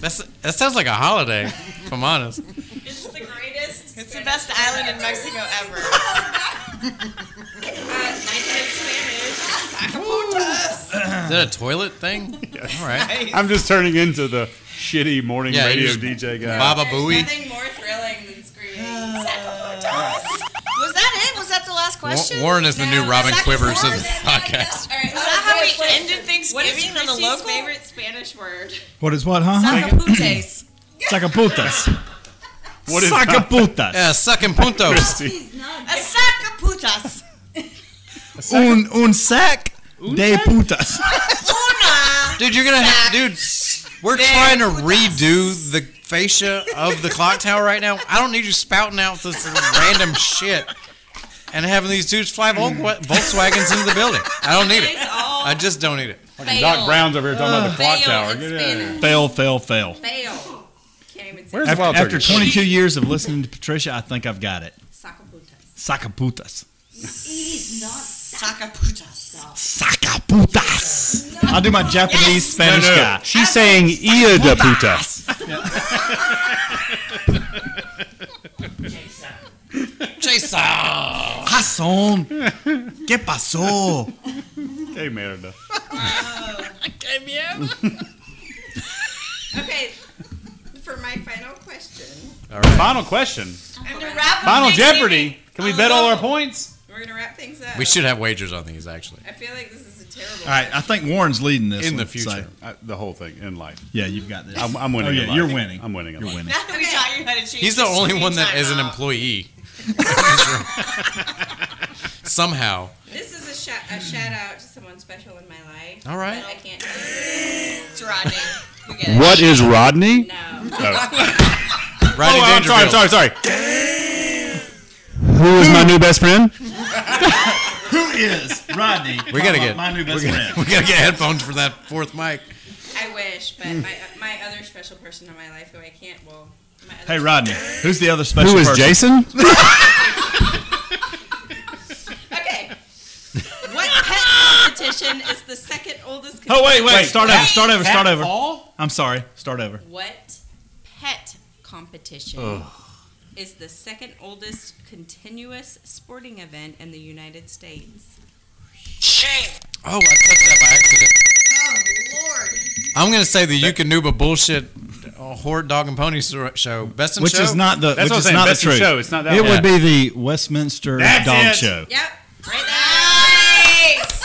that's that sounds like a holiday, if I'm honest. It's the greatest. It's the best island in Mexico ever. Uh, nighttime Spanish. Is that a toilet thing? All right. I'm just turning into the shitty morning Yeah, radio you just- DJ guy. Baba There's Booey. nothing more thrilling than screaming. Was that it? Was that the last question? Wa- Warren is the new No, Robin was that Quivers of yours? this podcast. All right. Is that how we question. ended What is Thanksgiving on the Christy's local? favorite Spanish word? What is what, huh? Sacaputes. Sacaputas. What is sacaputas? Yeah, sucking puntos. Christy? A sacaputas. Un un sac de putas. Una. Dude, you're gonna have, dude. We're trying to redo the fascia of the clock tower right now. I don't need you spouting out this random shit and having these dudes fly Vol- Mm. Volkswagens into the building. I don't need it. It's all I just don't need it. fail. Doc Brown's over here talking about the clock fail tower. in Get out of here. Spanish. Fail, fail, fail. Fail. Can't even say Where's After, the wild after turkey? 22 years of listening to Patricia, I think I've got it. sacapuntas. Sacaputas. It is not. Sacaputas. Sakaputas. I'll do my Japanese Spanish guy. She's saying Ia da puta. Jason! Jason, ¿qué pasó? Hey, Merida. Okay, for my final question, Final question. I'm gonna wrap. up Final next Jeopardy. evening. Can we bet all Oh. our points? We're gonna wrap things up. We should have wagers on these, actually. I feel like this is a terrible. All right, I think Warren's leading this In the one, so- future. Uh, the whole thing in life. yeah, you've got this. I'm, I'm winning. Oh, in yeah, life. you're winning. I'm winning. in You're life. winning. Now that we taught you how to change He's the your only screen one that time is an out. employee. Somehow. This is a, shout a shout out to someone special in my life. All right. but I can't. It's Rodney. We get it. What is Rodney? No. Rodney Oh, I'm sorry. I'm Dangerfield. sorry. Sorry. Who is my new best friend? Who is Rodney? We gotta my- get- my new best We friend. gotta get headphones for that fourth mic. I wish, but my my other special person in my life who I can't. Well, my other Hey Rodney, who's the other special Who is person? Jason? Okay. What pet competition is the second oldest? Oh wait, wait, oh. Wait, start over, start over, start over. All? I'm sorry, start over. What pet competition is the second oldest continuous sporting event in the United States? Oh, I touched that by accident. Oh Lord! Oh, I'm gonna say the Yukonuba bullshit uh, horde dog and pony Sor- show. Best in Which show. is not the That's which what I'm is saying. not Best the in truth. show. It's not that it one. would be the Westminster That's Dog it. Show. Yep. Right Nice.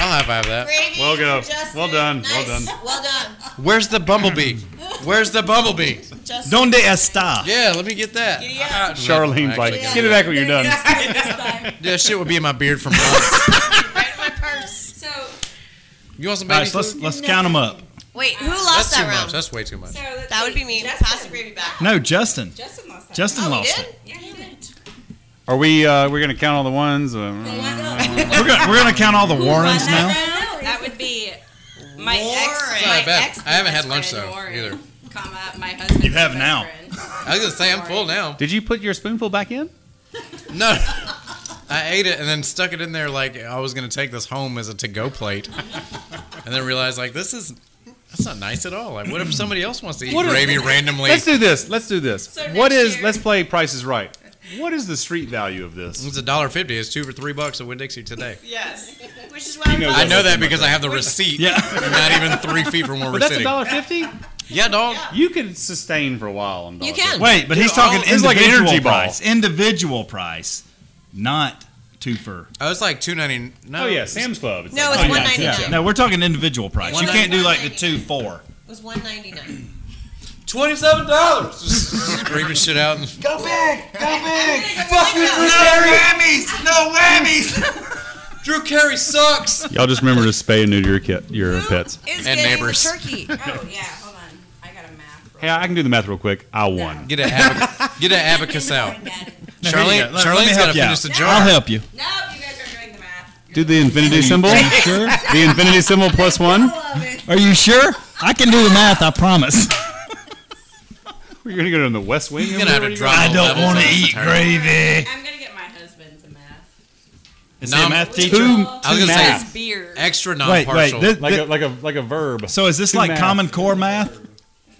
I'll high five that. Gravy Well for go. Justin. Well done. Nice. Well done. Well done. Where's the bumblebee? Where's the bumblebee? Justin. Donde está? Yeah, let me get that. Ah, Charlene's actually, like, get it back when you're done. Yeah, shit would be in my beard from months. Right in my purse. So, You want some All baby right, so let's food? let's count them up. Wait, who That's lost too that much. round? That's way too much. so let's That would see. be me. Justin, Pass the gravy back. No, Justin. Justin lost that. Justin Oh, we lost did? it. Yeah, he did. Are we? Uh, we're gonna count all the ones. Uh, Um, We're gonna, we're gonna count all the Warrens now. That would be my Warren. ex. Sorry, My Beth. ex I haven't had lunch, friend, though, Warren, either. Comma, my husband. You have now. I was gonna say I'm full now. did you put your spoonful back in? No, I ate it and then stuck it in there like I was gonna take this home as a to-go plate, and then realized like this is that's not nice at all. Like, what if somebody else wants to eat What if- gravy randomly? Let's do this. Let's do this. So what next is? year- Let's play Price is Right. What is the street value of this? It's a dollar fifty. It's two for three bucks at Winn Dixie today. Yes. Which is why know I that. know that because I have the receipt. Yeah. We're not even three feet from where we're But that's a sitting. dollar fifty. Yeah, dog. You can sustain for a while on You dollar. can. Wait, but he's Dude, talking all- it's like an individual energy ball. price. Individual price, not two for. Oh, Oh, it's like two ninety. No. Oh yeah, Sam's Club. Oh, It's No, like- it's yeah, one ninety yeah. nine. No, we're talking individual price. You can't do like the two four. It was one ninety nine. Twenty-seven dollars. Just screaming shit out. And, Drew Carey sucks. y'all just remember to spay and neuter your kit, your pets. Is And getting neighbors. the turkey. Oh yeah. Hold on. I got a math. roll. Hey, I can do the math real quick. I won. Get an abac- get an abacus out. No, here you Charlene, go. Let- let me Charlene's help got to you finish out. the jar. I'll help you. No, you guys are doing the math. Do the infinity symbol. Sure. The infinity symbol plus one. Are you sure? I can do the math. I promise. We're gonna go to the West Wing. You're gonna have to drop I the don't levels want on to this eat entire- gravy. I'm gonna get my husband to math. Is Nom- he a math teacher? Two, I was two gonna say math. it's Beer. extra Wait, wait. non-partial. thi- like thi- a like a like a verb. so is this two like math. Common Core math?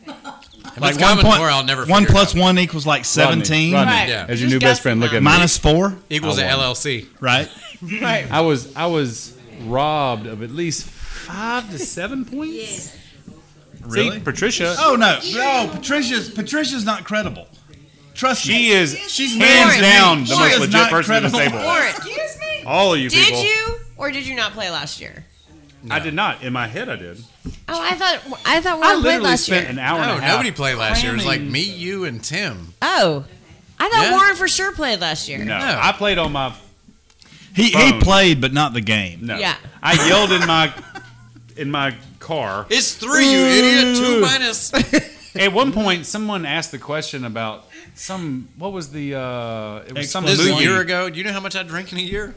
If Like it's common point- core, I'll never one figure it plus out. one equals like seventeen. Rodney, Right. Yeah. As your new best friend, look at me. Minus four, equals I an won. LLC. right? I was I was robbed of at least five to seven points. See, Patricia, Oh no, no. Patricia's Patricia's not credible. Trust she me. is She's hands Warren. down the Warren most is legit not person at this credible. table. Warren, Excuse me. All of you people. did you or did you not play last year? I did not. In my head, I did. Oh, I thought I thought I Warren played literally last spent year. an hour and No, a half. nobody played last year. It was like me, you, and Tim. Oh, I thought Yeah. Warren for sure played last year. no, No. I played on my He he Phone. played, but not the game. no. Yeah. I yelled in my in my car. It's three, you idiot. Two minus. At one point, someone asked the question about some. What was the? uh It was some This is a movie. year ago. Do you know how much I drink in a year?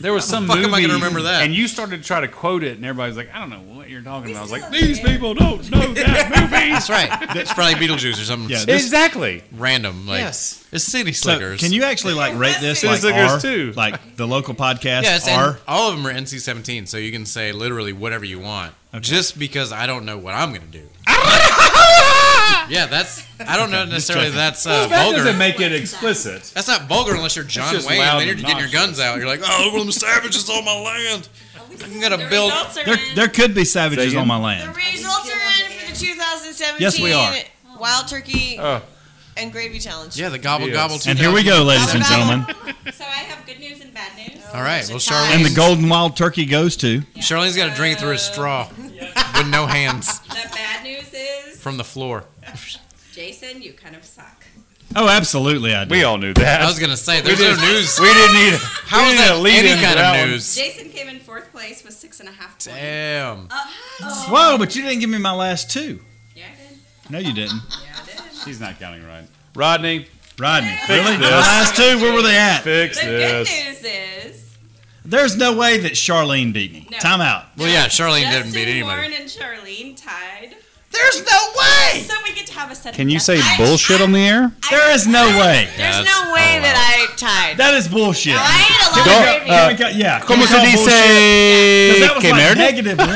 There was some fuck am I movie. gonna remember that? And you started to try to quote it, and everybody's like, "I don't know what you're talking about." I was like, "These people don't know that movie." That's right. That's probably Beetlejuice or something Yeah, this- Exactly. random. Like, Yes. It's City So Slickers. can you actually like rate this City like Slickers R, too. like the local podcast Yeah, it's R? and all of them are NC seventeen, so you can say literally whatever you want. Just because I don't know what I'm gonna do. yeah, that's I don't know necessarily checking. that's uh, That vulgar. doesn't make it explicit. that's not vulgar unless you're John just Wayne. loud Then you're and getting your guns out. You're like, oh, well, them savages on my land. Oh, I'm gonna The build. results are There, in. there could be savages Say on my The land. results are in for the 2017 Yes, we are. Wild Turkey Oh. and Gravy Challenge. Yeah, the gobble Yes. gobble. And here we go, ladies and gentlemen. So I have good news and bad news. All right, well, Time. Charlene, And the golden wild turkey goes to. Charlene's got to drink it through a straw with no hands The bad news is from the floor. Jason, you kind of suck. Oh, absolutely, I do. We all knew that. I was gonna say there's no news. We didn't need. How is need that a lead any into kind that of one. news? Jason came in fourth place with six and a half points. Damn. Whoa, but you didn't give me my last two. Yeah, I did. No, you didn't. Yeah, I did. She's not counting right. Rodney, Rodney, Fix really? this. The last two? Where were they at? fix The this. good news is There's no way that Charlene beat me. No. Time out. Well, yeah, Charlene Justin didn't beat anybody. Warren and Charlene tied. There's no way. So we get to have a set. Can you of say I- bullshit on the air? There is no way. There's that's- no way oh, that I tied. That is bullshit. I ate a lot of Don't- gravy. uh, Can we cut- yeah. Como Can we se call bullshit? dice? 'Cause that was que like merde? negative one,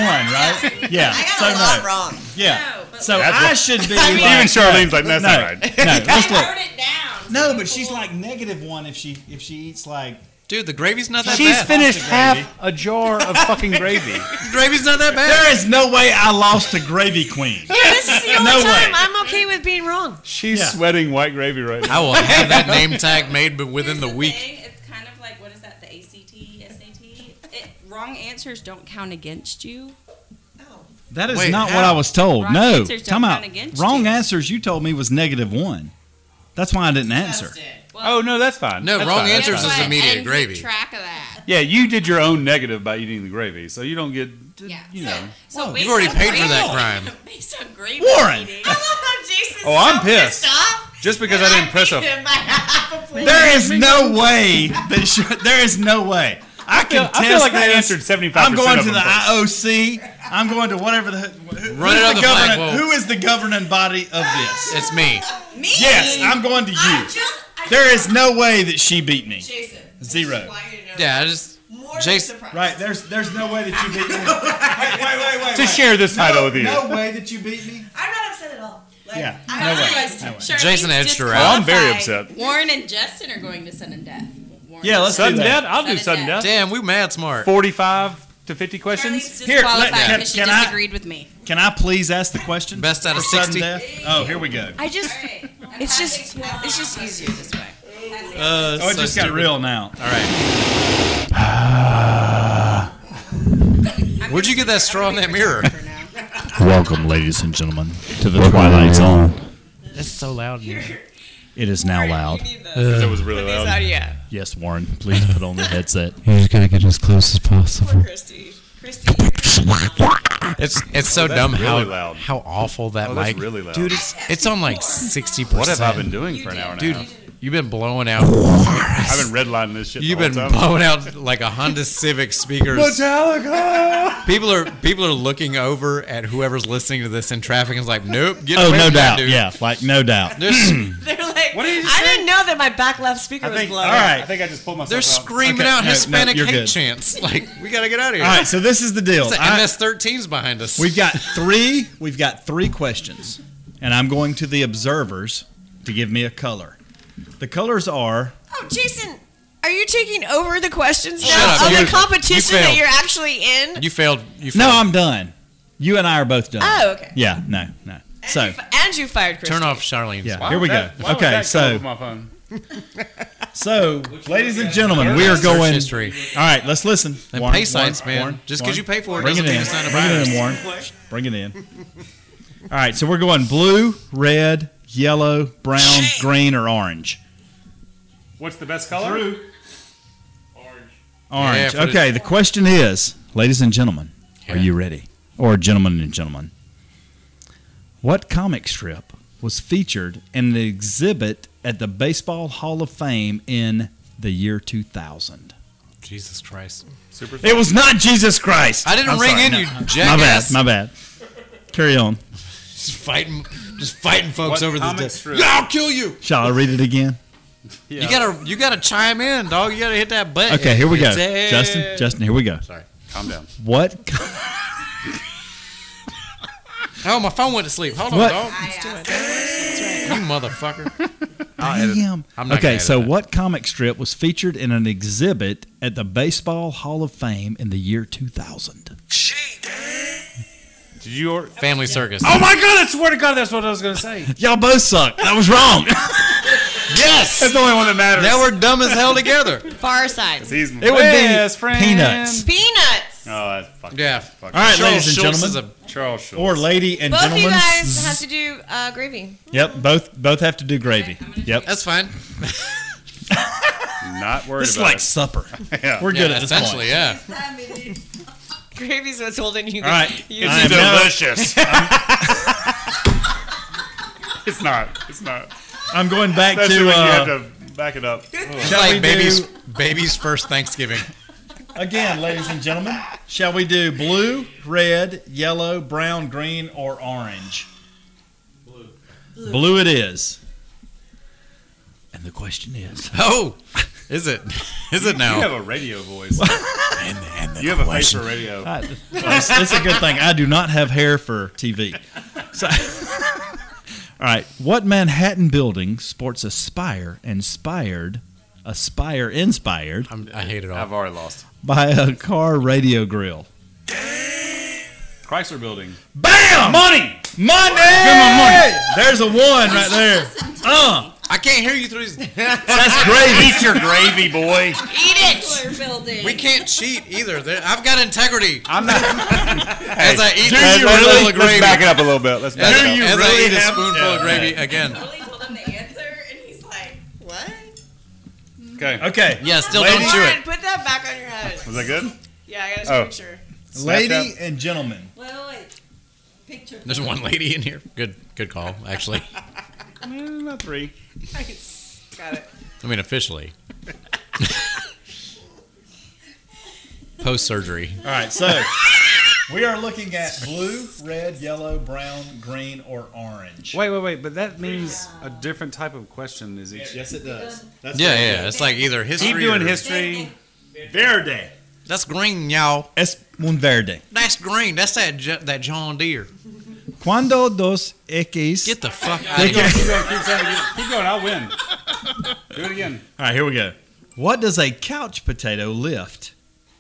right? Yeah. I got so a lot no. wrong. Yeah. No, but so That's I what- should be. Even like, Charlene's like, that's no, not right. No, let's I look. wrote it down. No, but she's like negative one if she if she eats like Dude, the gravy's not that She's bad. finished half a jar of fucking gravy. The gravy's not that bad. There is no way I lost to Gravy Queen. Yeah, this is the only No time way. I'm okay with being wrong. She's Yeah. sweating white gravy right now. I will have that name tag made but within Here's the week. Thing, it's kind of like what is that? The ACT, SAT. It, wrong answers don't count against you. That is Wait, not how? what I was told. Wrong no, answers don't come count out. against Wrong you. answers. You told me was negative one. That's why I didn't answer. Oh no, that's fine. No, That's wrong fine. answers That's is fine. immediate and gravy. Keep track of that. Yeah, you did your own negative by eating the gravy, so you don't get. Yeah. You so, know. so based You've already on paid for that gravy- crime. Based on gravy. Warren! eating, Oh, I'm pissed. Just because I didn't press a. There is no way that sh there is no way. I feel- can I feel test like I this. answered 75% I'm going of to them the first. IOC. I'm going to whatever the who, Run it who's on the the flag, governing- well- who is the governing body of this? It's me. Me? Yes, I'm going to I you. just. I There is no way that she beat me. Jason. I just Zero. want you to know Yeah, I just that. More Jason- Jason. Surprised. Right? There's there's no way that you beat me. Wait, wait, wait, wait. To wait. share this title with you. No way that you beat me. I'm not upset at all. Like, Yeah. I No way. realized- No way. Charlene's Jason edged her Well, I'm out. very disqualified. upset. Warren and Justin are going to sudden death. Warren Yeah, let's Sudden do that. death? I'll do Sudden sudden death. death. Damn, we mad smart. 45 to 50 questions? Charlene's Here, let- disqualified can- because she can I- disagreed with me. Can I please ask the question? Best out of For sudden 60? death? Oh, here we go. I just, Right. it's just, it's just easier this way. Uh, Oh, it so just got stupid. real now. All right. Where'd you get that straw in that mirror? Welcome, ladies and gentlemen, to the Twilight Zone. That's so loud. It is now loud. That was really loud. yeah. Yes, Warren, please put on the headset. Poor Christy. Christy. It's it's so Oh, that's dumb how really loud. how awful that Oh, that's mic. really loud. Dude, it's it's on like sixty percent. What have I been doing for an hour and a Dude, half? you've been blowing out. I've been redlining this shit. You've the been whole time. blowing out like a Honda Civic speakers. Metallica! People are people are looking over at whoever's listening to this in traffic and is like, nope, get Oh, away no from that doubt. dude. Yeah, like no doubt. There's They're like, What did you I say? didn't know that my back left speaker I was think, blowing. all right. I think I just pulled myself They're out. screaming Okay, out no, no, Hispanic you're hate good. chants. Like, we gotta get out of here. All right, so this is the deal. It's the I- MS-13's behind us. we've got three. We've got three questions, and I'm going to the observers to give me a color. The colors are Oh, Jason, are you taking over the questions Shut now up, of you- the competition you that failed. you're actually in? you failed. You failed. no. I'm done. You and I are both done. Oh, okay. Yeah. No. No. And So you fi- and you fired Christy. turn off Charlene's. Yeah. Why Here we would that- go. why would Okay, that come so- up on my phone? so, ladies and gentlemen, we are Search going. All history right, let's listen. and Warren, pay signs, Warren, man. Warren, Just Warren. because you pay for it Bring doesn't it mean in. it's not a Bring it virus. in, Warren. Bring it in. All right, so we're going blue, red, yellow, brown, green, or orange. What's the best color? Orange. Yeah, put it- okay, the question is, ladies and gentlemen, are Yeah. you ready? Or gentlemen and gentlemen. What comic strip was featured in an exhibit at the Baseball Hall of Fame in the year 2000? Jesus Christ. Super. It was not Jesus Christ. I didn't I'm ring sorry, in, no. you My bad. jackass. My bad. Carry on. Just fighting, just fighting folks What over this. comic desk. strip? Yeah, I'll kill you. Shall I read it again? Yeah. You gotta, you gotta chime in, dog. You gotta hit that button. Okay, here we go. It's- Justin, Justin, here we go. calm down. What? co- Oh, my phone went to sleep. Hold on, What? dog. I asked. You motherfucker. Damn. I'm not gonna okay, edit so that. what comic strip was featured in an exhibit at the Baseball Hall of Fame in the year 2000? Did you? Or- Family circus. Oh my God! I swear to God, that's what I was gonna say. Y'all both suck. That was wrong. yes. the only one that matters. Now we're dumb as hell together. Far side. He's my It would be best friend. peanuts. Peanuts. Oh, that's fucking Yeah. Fuck. All right, Charles ladies and Schultz gentlemen, is Charles Schultz. or lady and Both of you gentlemen. guys have to do uh, gravy. Yep, both both have to do gravy. a- Yep, that's fine. not worried it's about like it. supper. Yeah. We're Yeah, good at this essentially, point. yeah. Gravy's what's holding you. All right, You I'm now- delicious. it's not. It's not. I'm going back That's to, when you uh, have to back it up. It's Shall we like baby's do- baby's first Thanksgiving. again, ladies and gentlemen. Shall we do blue, red, yellow, brown, green, or orange? Blue. Blue it is. And the question is, Oh, is it? Is it You have now? a radio voice. you have a face for radio. it's, it's a good thing I do not have hair for TV. So, all right, what Manhattan building sports a spire inspired, a spire inspired I'm, I hate it all. I've already lost. by a car radio grill? Chrysler Building. Bam! Money! Money! Come on, money. There's a one right there. Uh, I can't hear you through these. that's gravy. Eat your gravy, boy. Chrysler building. We can't cheat either. There- I've got integrity. I'm not. As I eat Do this you spoonful really- of gravy. Let's back it up a little bit. Let's back As, it as up. I eat a spoonful Yeah, of gravy again. Totally told him the answer, and he's like, "What?" Okay. Okay. Yeah, still Ladies- don't chew it. put that back on your head. Was that good? Yeah, I got Oh. picture. Lady and gentlemen. Wait, wait, wait. Picture. There's one lady in here. Good, good call. Actually, Mm, Not three. Got it. I mean officially. Post surgery. All right, so we are looking at blue, red, yellow, brown, green, or orange. Wait, wait, wait! But that means a different type of question is each. Yes, it does. That's Yeah, yeah. It's like either history. Keep doing or- history. Verde. That's green, y'all. Es un verde. That's green. That's that J- that John Deere. Cuando dos X. Get the fuck out of here. Keep going, keep going, keep going. I'll win. Do it again. All right, here we go. What does a couch potato lift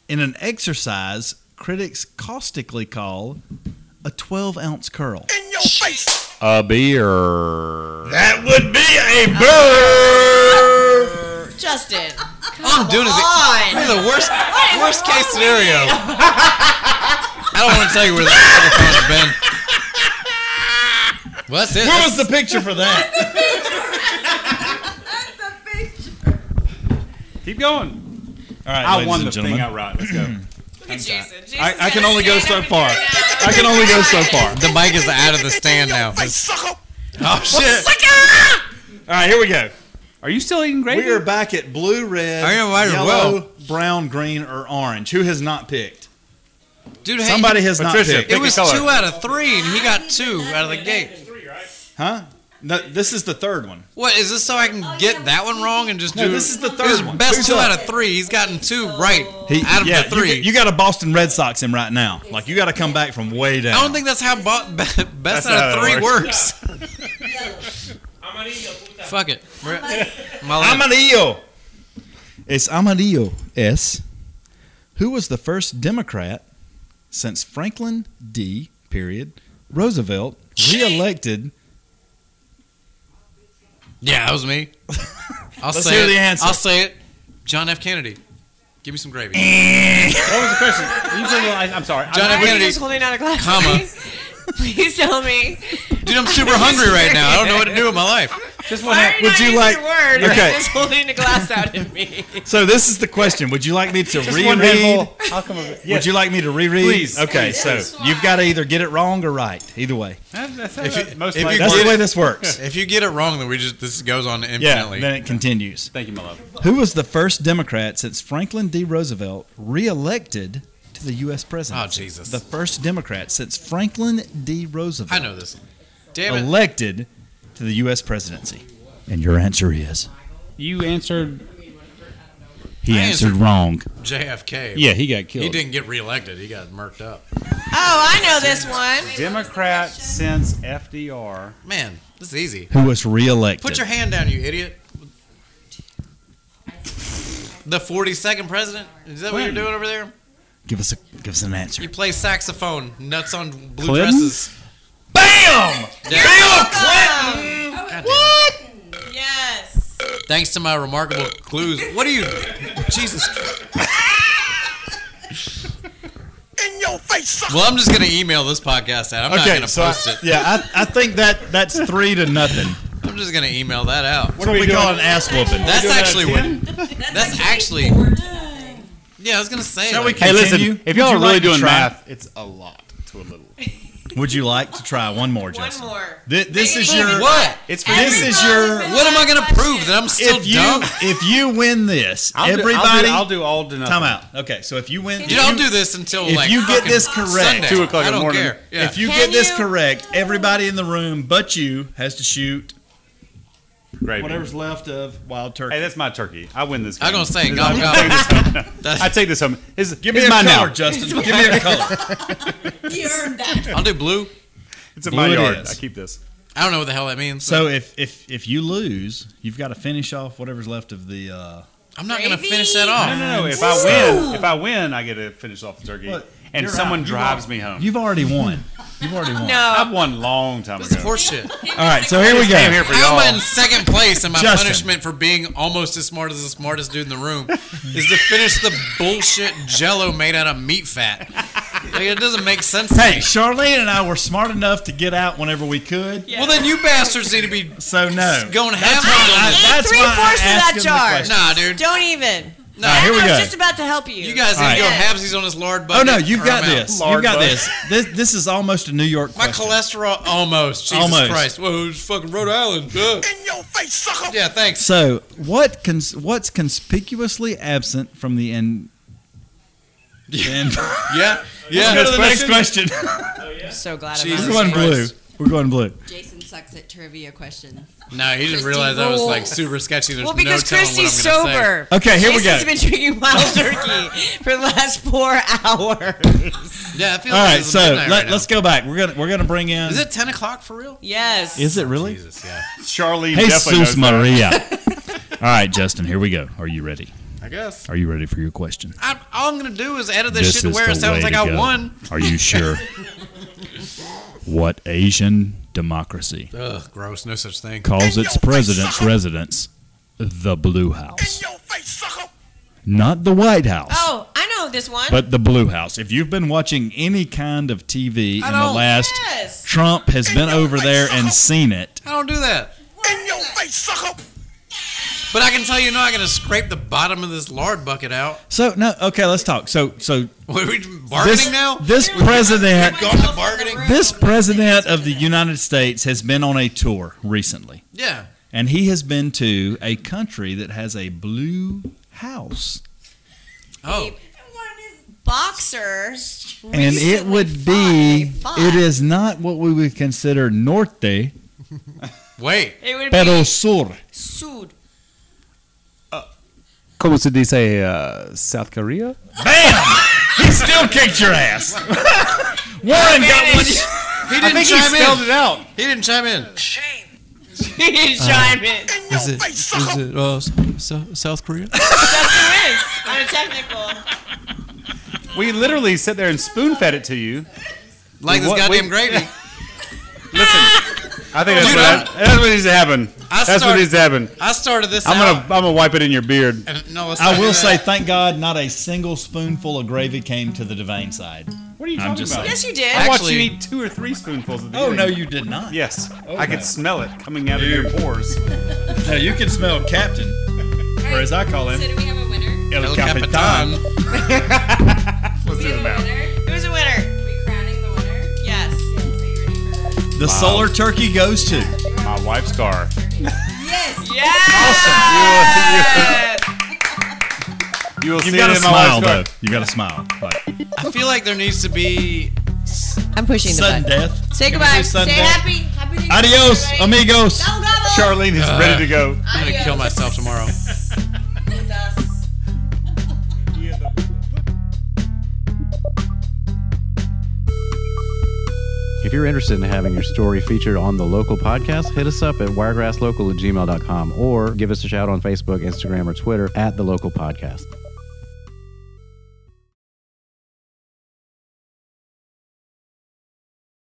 in an exercise critics caustically call a 12 ounce curl? A beer. That would be a bird. Justin. All I'm doing is on. the worst is worst wrong case with scenario. I don't want to tell you where that microphone's been. Well, that's it. Where was the picture for that? Keep going. All right, I ladies won and the gentlemen. thing outright. Let's go. Look at Jason. Jason's I, I can only go so gonna stand far. up and do I can only go so far. the mic is out of the stand now. Oh shit! All right, here we go. Are you still eating gravy? We are back at blue, red, I am right, yellow, well. brown, green, or orange. Who has not picked? Dude, hey, Somebody has not Patricia, picked. It Pick a was color. two out of three, and he got two out of the gate. Huh? No, this is the third one. What is this? So I Oh, can get that one wrong and just No, do this is the It was third one. best Who's two out up? of three. He's gotten two right out of yeah, the three. You, you got a Boston Red Sox him right now. Like you got to come back from way down. I don't think that's how bo- be- best That's out not of how it three works. Fuck it. We're- My left. Amarillo. It's Amarillo S. Who was the first Democrat since Franklin D. Period Roosevelt reelected? yeah, that was me. I'll Let's say hear it. the answer. I'll say it. John F. Kennedy. Give me some gravy. What was the question? You said, well, I- I'm sorry. John F. Why are you Kennedy, just holding out a glass? comma, Please tell me. Dude, I'm super hungry right now. I don't know what to do with my life. Just Why what are you happened. Would not you using like- your word? Okay. You're just holding a glass out at me. So this is the question. Would you like me to Just one Red reread? Bull. I'll come over. Would you like me to reread? Please. Okay, Please. so you've got to either get it wrong or right. Either way, That's, that's, If that's you- most if you likely. that's Get the way it. this works. If you get it wrong, then we just this goes on Yeah, infinitely. then it continues. Thank you, my love. Who was the first Democrat since Franklin D. Roosevelt reelected to the U.S. presidency? Oh, Jesus. The first Democrat since Franklin D. I Roosevelt know this. one. Damn it. elected to the U.S. presidency. And your answer is You answered. he I answered, answered- wrong. JFK. Yeah, he got He killed. didn't get reelected. He got murked up. Oh, I know this one. Democrat since FDR. Man, this is easy. Who was reelected? Put your hand down, you idiot. The 42nd president? Is that what you're Clinton. doing over there? give us a give us an answer. You play saxophone, nuts on blue Clinton? dresses. Bam! Yeah. God damn it. Yes. Thanks to my remarkable clues. What are you? Jesus. In your face. Well, I'm just gonna email this podcast out. I'm not Okay, gonna so I, post it. yeah, I, I think that that's three to nothing. I'm just gonna email that out. What do we call an ass whooping? That's actually that what. That's actually. Yeah, I was gonna say. Shall like, we continue? if y'all Would are you really like to doing try? math, it's a lot to a little. Would you like to try one more, One Justin? more. Thi- this Make is it your. easy. what? It's for This is your. What am I gonna prove that I'm still If you dumb? if you win this, I'll do- I'll everybody. do, I'll do all to nothing. time out. Okay, so if you win, Dude, I'll do this until if like you get fucking this correct- Sunday. Two o'clock in I the don't morning. care. Yeah. If you Can get this you- correct, everybody in the room but you has to shoot Gravy. whatever's left of wild turkey. Hey, that's my turkey. I win this. I Game. was gonna say, I gobble, take this home. I That's- take this home. It's, Give me it's a mine color, now. Justin. Give me a color. You earned that. I'll do blue. It's in Blue my it yard. is. I keep this. I don't know what the hell that means. So if if if you lose, you've got to finish off whatever's left of the. Uh, I'm not gonna Gravy. finish that No, off. no, no. If I win, if I win, I get to finish off the turkey, Look, and you're someone out. You've drives al- me home. You've already won. You've already won. I've No. won long time It's ago. horseshit. All right, so here we go. I'm here for How am I in y'all. second place and my Justin. punishment for being almost as smart as the smartest dude in the room is to finish the bullshit jello made out of meat fat? Like, it doesn't make sense to Hey, me. Charlene and I were smart enough to get out whenever we could. Well, then you bastards need to be So no. going half on I- them. that's three why I fourths of asked that him the jar. question. Nah, dude. Don't even. Nah, here we I was go. just about to help you. You guys need All to go right. halvesies on this lard Oh bucket. no, you've or got I'm out. this. Lard You've got bug. this. This this is almost a New York My question. cholesterol almost. Jesus Almost. Christ. Whoa, it's fucking Rhode Island. Ugh. In your face, sucker! Yeah, thanks. so what cons- what's conspicuously absent from the end? Yeah, Let's go to yeah. the next question. I'm so glad Jesus We're I'm on going blue. Christ. We're going blue. Jason sucks at trivia questions. No, he didn't Christy realize I was like rules. super sketchy. There's Well, because no telling what I'm Christy's gonna say. sober. Okay, here we go. Jason's been drinking wild turkey for the last four hours. Yeah, I feel All like right, it's so midnight right let, now. us go back. We're gonna we're gonna bring in. Is it 10 o'clock for real? Yes. Is it really? Jesus, yeah. Charlie definitely knows Jesus that. Maria. All right, Justin, here we go. Are you ready? I guess. Are you ready for your question? I, all I'm going to do is edit this, shit to where it the sounds way like to I go. won. Are you sure? what Asian democracy Ugh, gross. No such thing. calls its president's residence the Blue House? In your face, sucker! Not the White House, Oh, I know this one. but the Blue House. If you've been watching any kind of TV I in the don't- last, Oh, yes. Trump has been over there and seen it. I don't do that. In your face, sucker! But I can tell you, no, I'm going to scrape the bottom of this lard bucket out. So no, okay, let's talk. So so What, are we bargaining this now? this president Going to bargaining? This president of the United States has been on a tour recently, Yeah. and he has been to a country that has a blue house. Oh, Boxer. And it recently would fought be, a fight. it is not what we would consider norte, wait. It would pero be sur. sued. Como se dice uh, South Korea? Bam! he still kicked your ass. Warren got one. He didn't He chime spelled in. it out. He didn't chime in. Shame! Chime in. In your face, sucker! it uh, South Korea? Justin wins on a technical. We literally sit there and spoon fed it to you. Like this What- goddamn wait. gravy. Listen, I think that's, Dude, what, I'm- hap- that's what needs to happen. I that's what start- needs to happen. I started this I'm gonna out. I'm gonna wipe it in your beard. and- no, let's not I do will that. say, thank God, not a single spoonful of gravy came to the Devane side. What What are you I'm talking just about? saying. Yes, you did. I watched you Actually- eat two or three spoonfuls of the Oh no, earring. you did not. Yes. Oh, I no. could smell it coming out of your pores. No, you can smell Captain, or as I call So him, do we have a winner? El, El Capitan. Capitan. What's We it have a about? winner. It was a winner. Are we crowning the winner? Yes. Yes. Are you ready for this? the solar turkey goes to. My wife's car. Yes. Yes. You will You see gotta it in my smile wife's car. though. You gotta smile. Like, I feel like there needs to be. I'm pushing the sudden button. death. Say Can we goodbye. do Say sudden death? happy. Happy New Year, Adios, everybody. amigos. Go, Devils. Charlene is ready to go. I'm gonna kill Adios. myself tomorrow. If you're interested in having your story featured on the local podcast, hit us up at wiregrasslocal at gmail.com or give us a shout on Facebook, Instagram, or Twitter at the local podcast.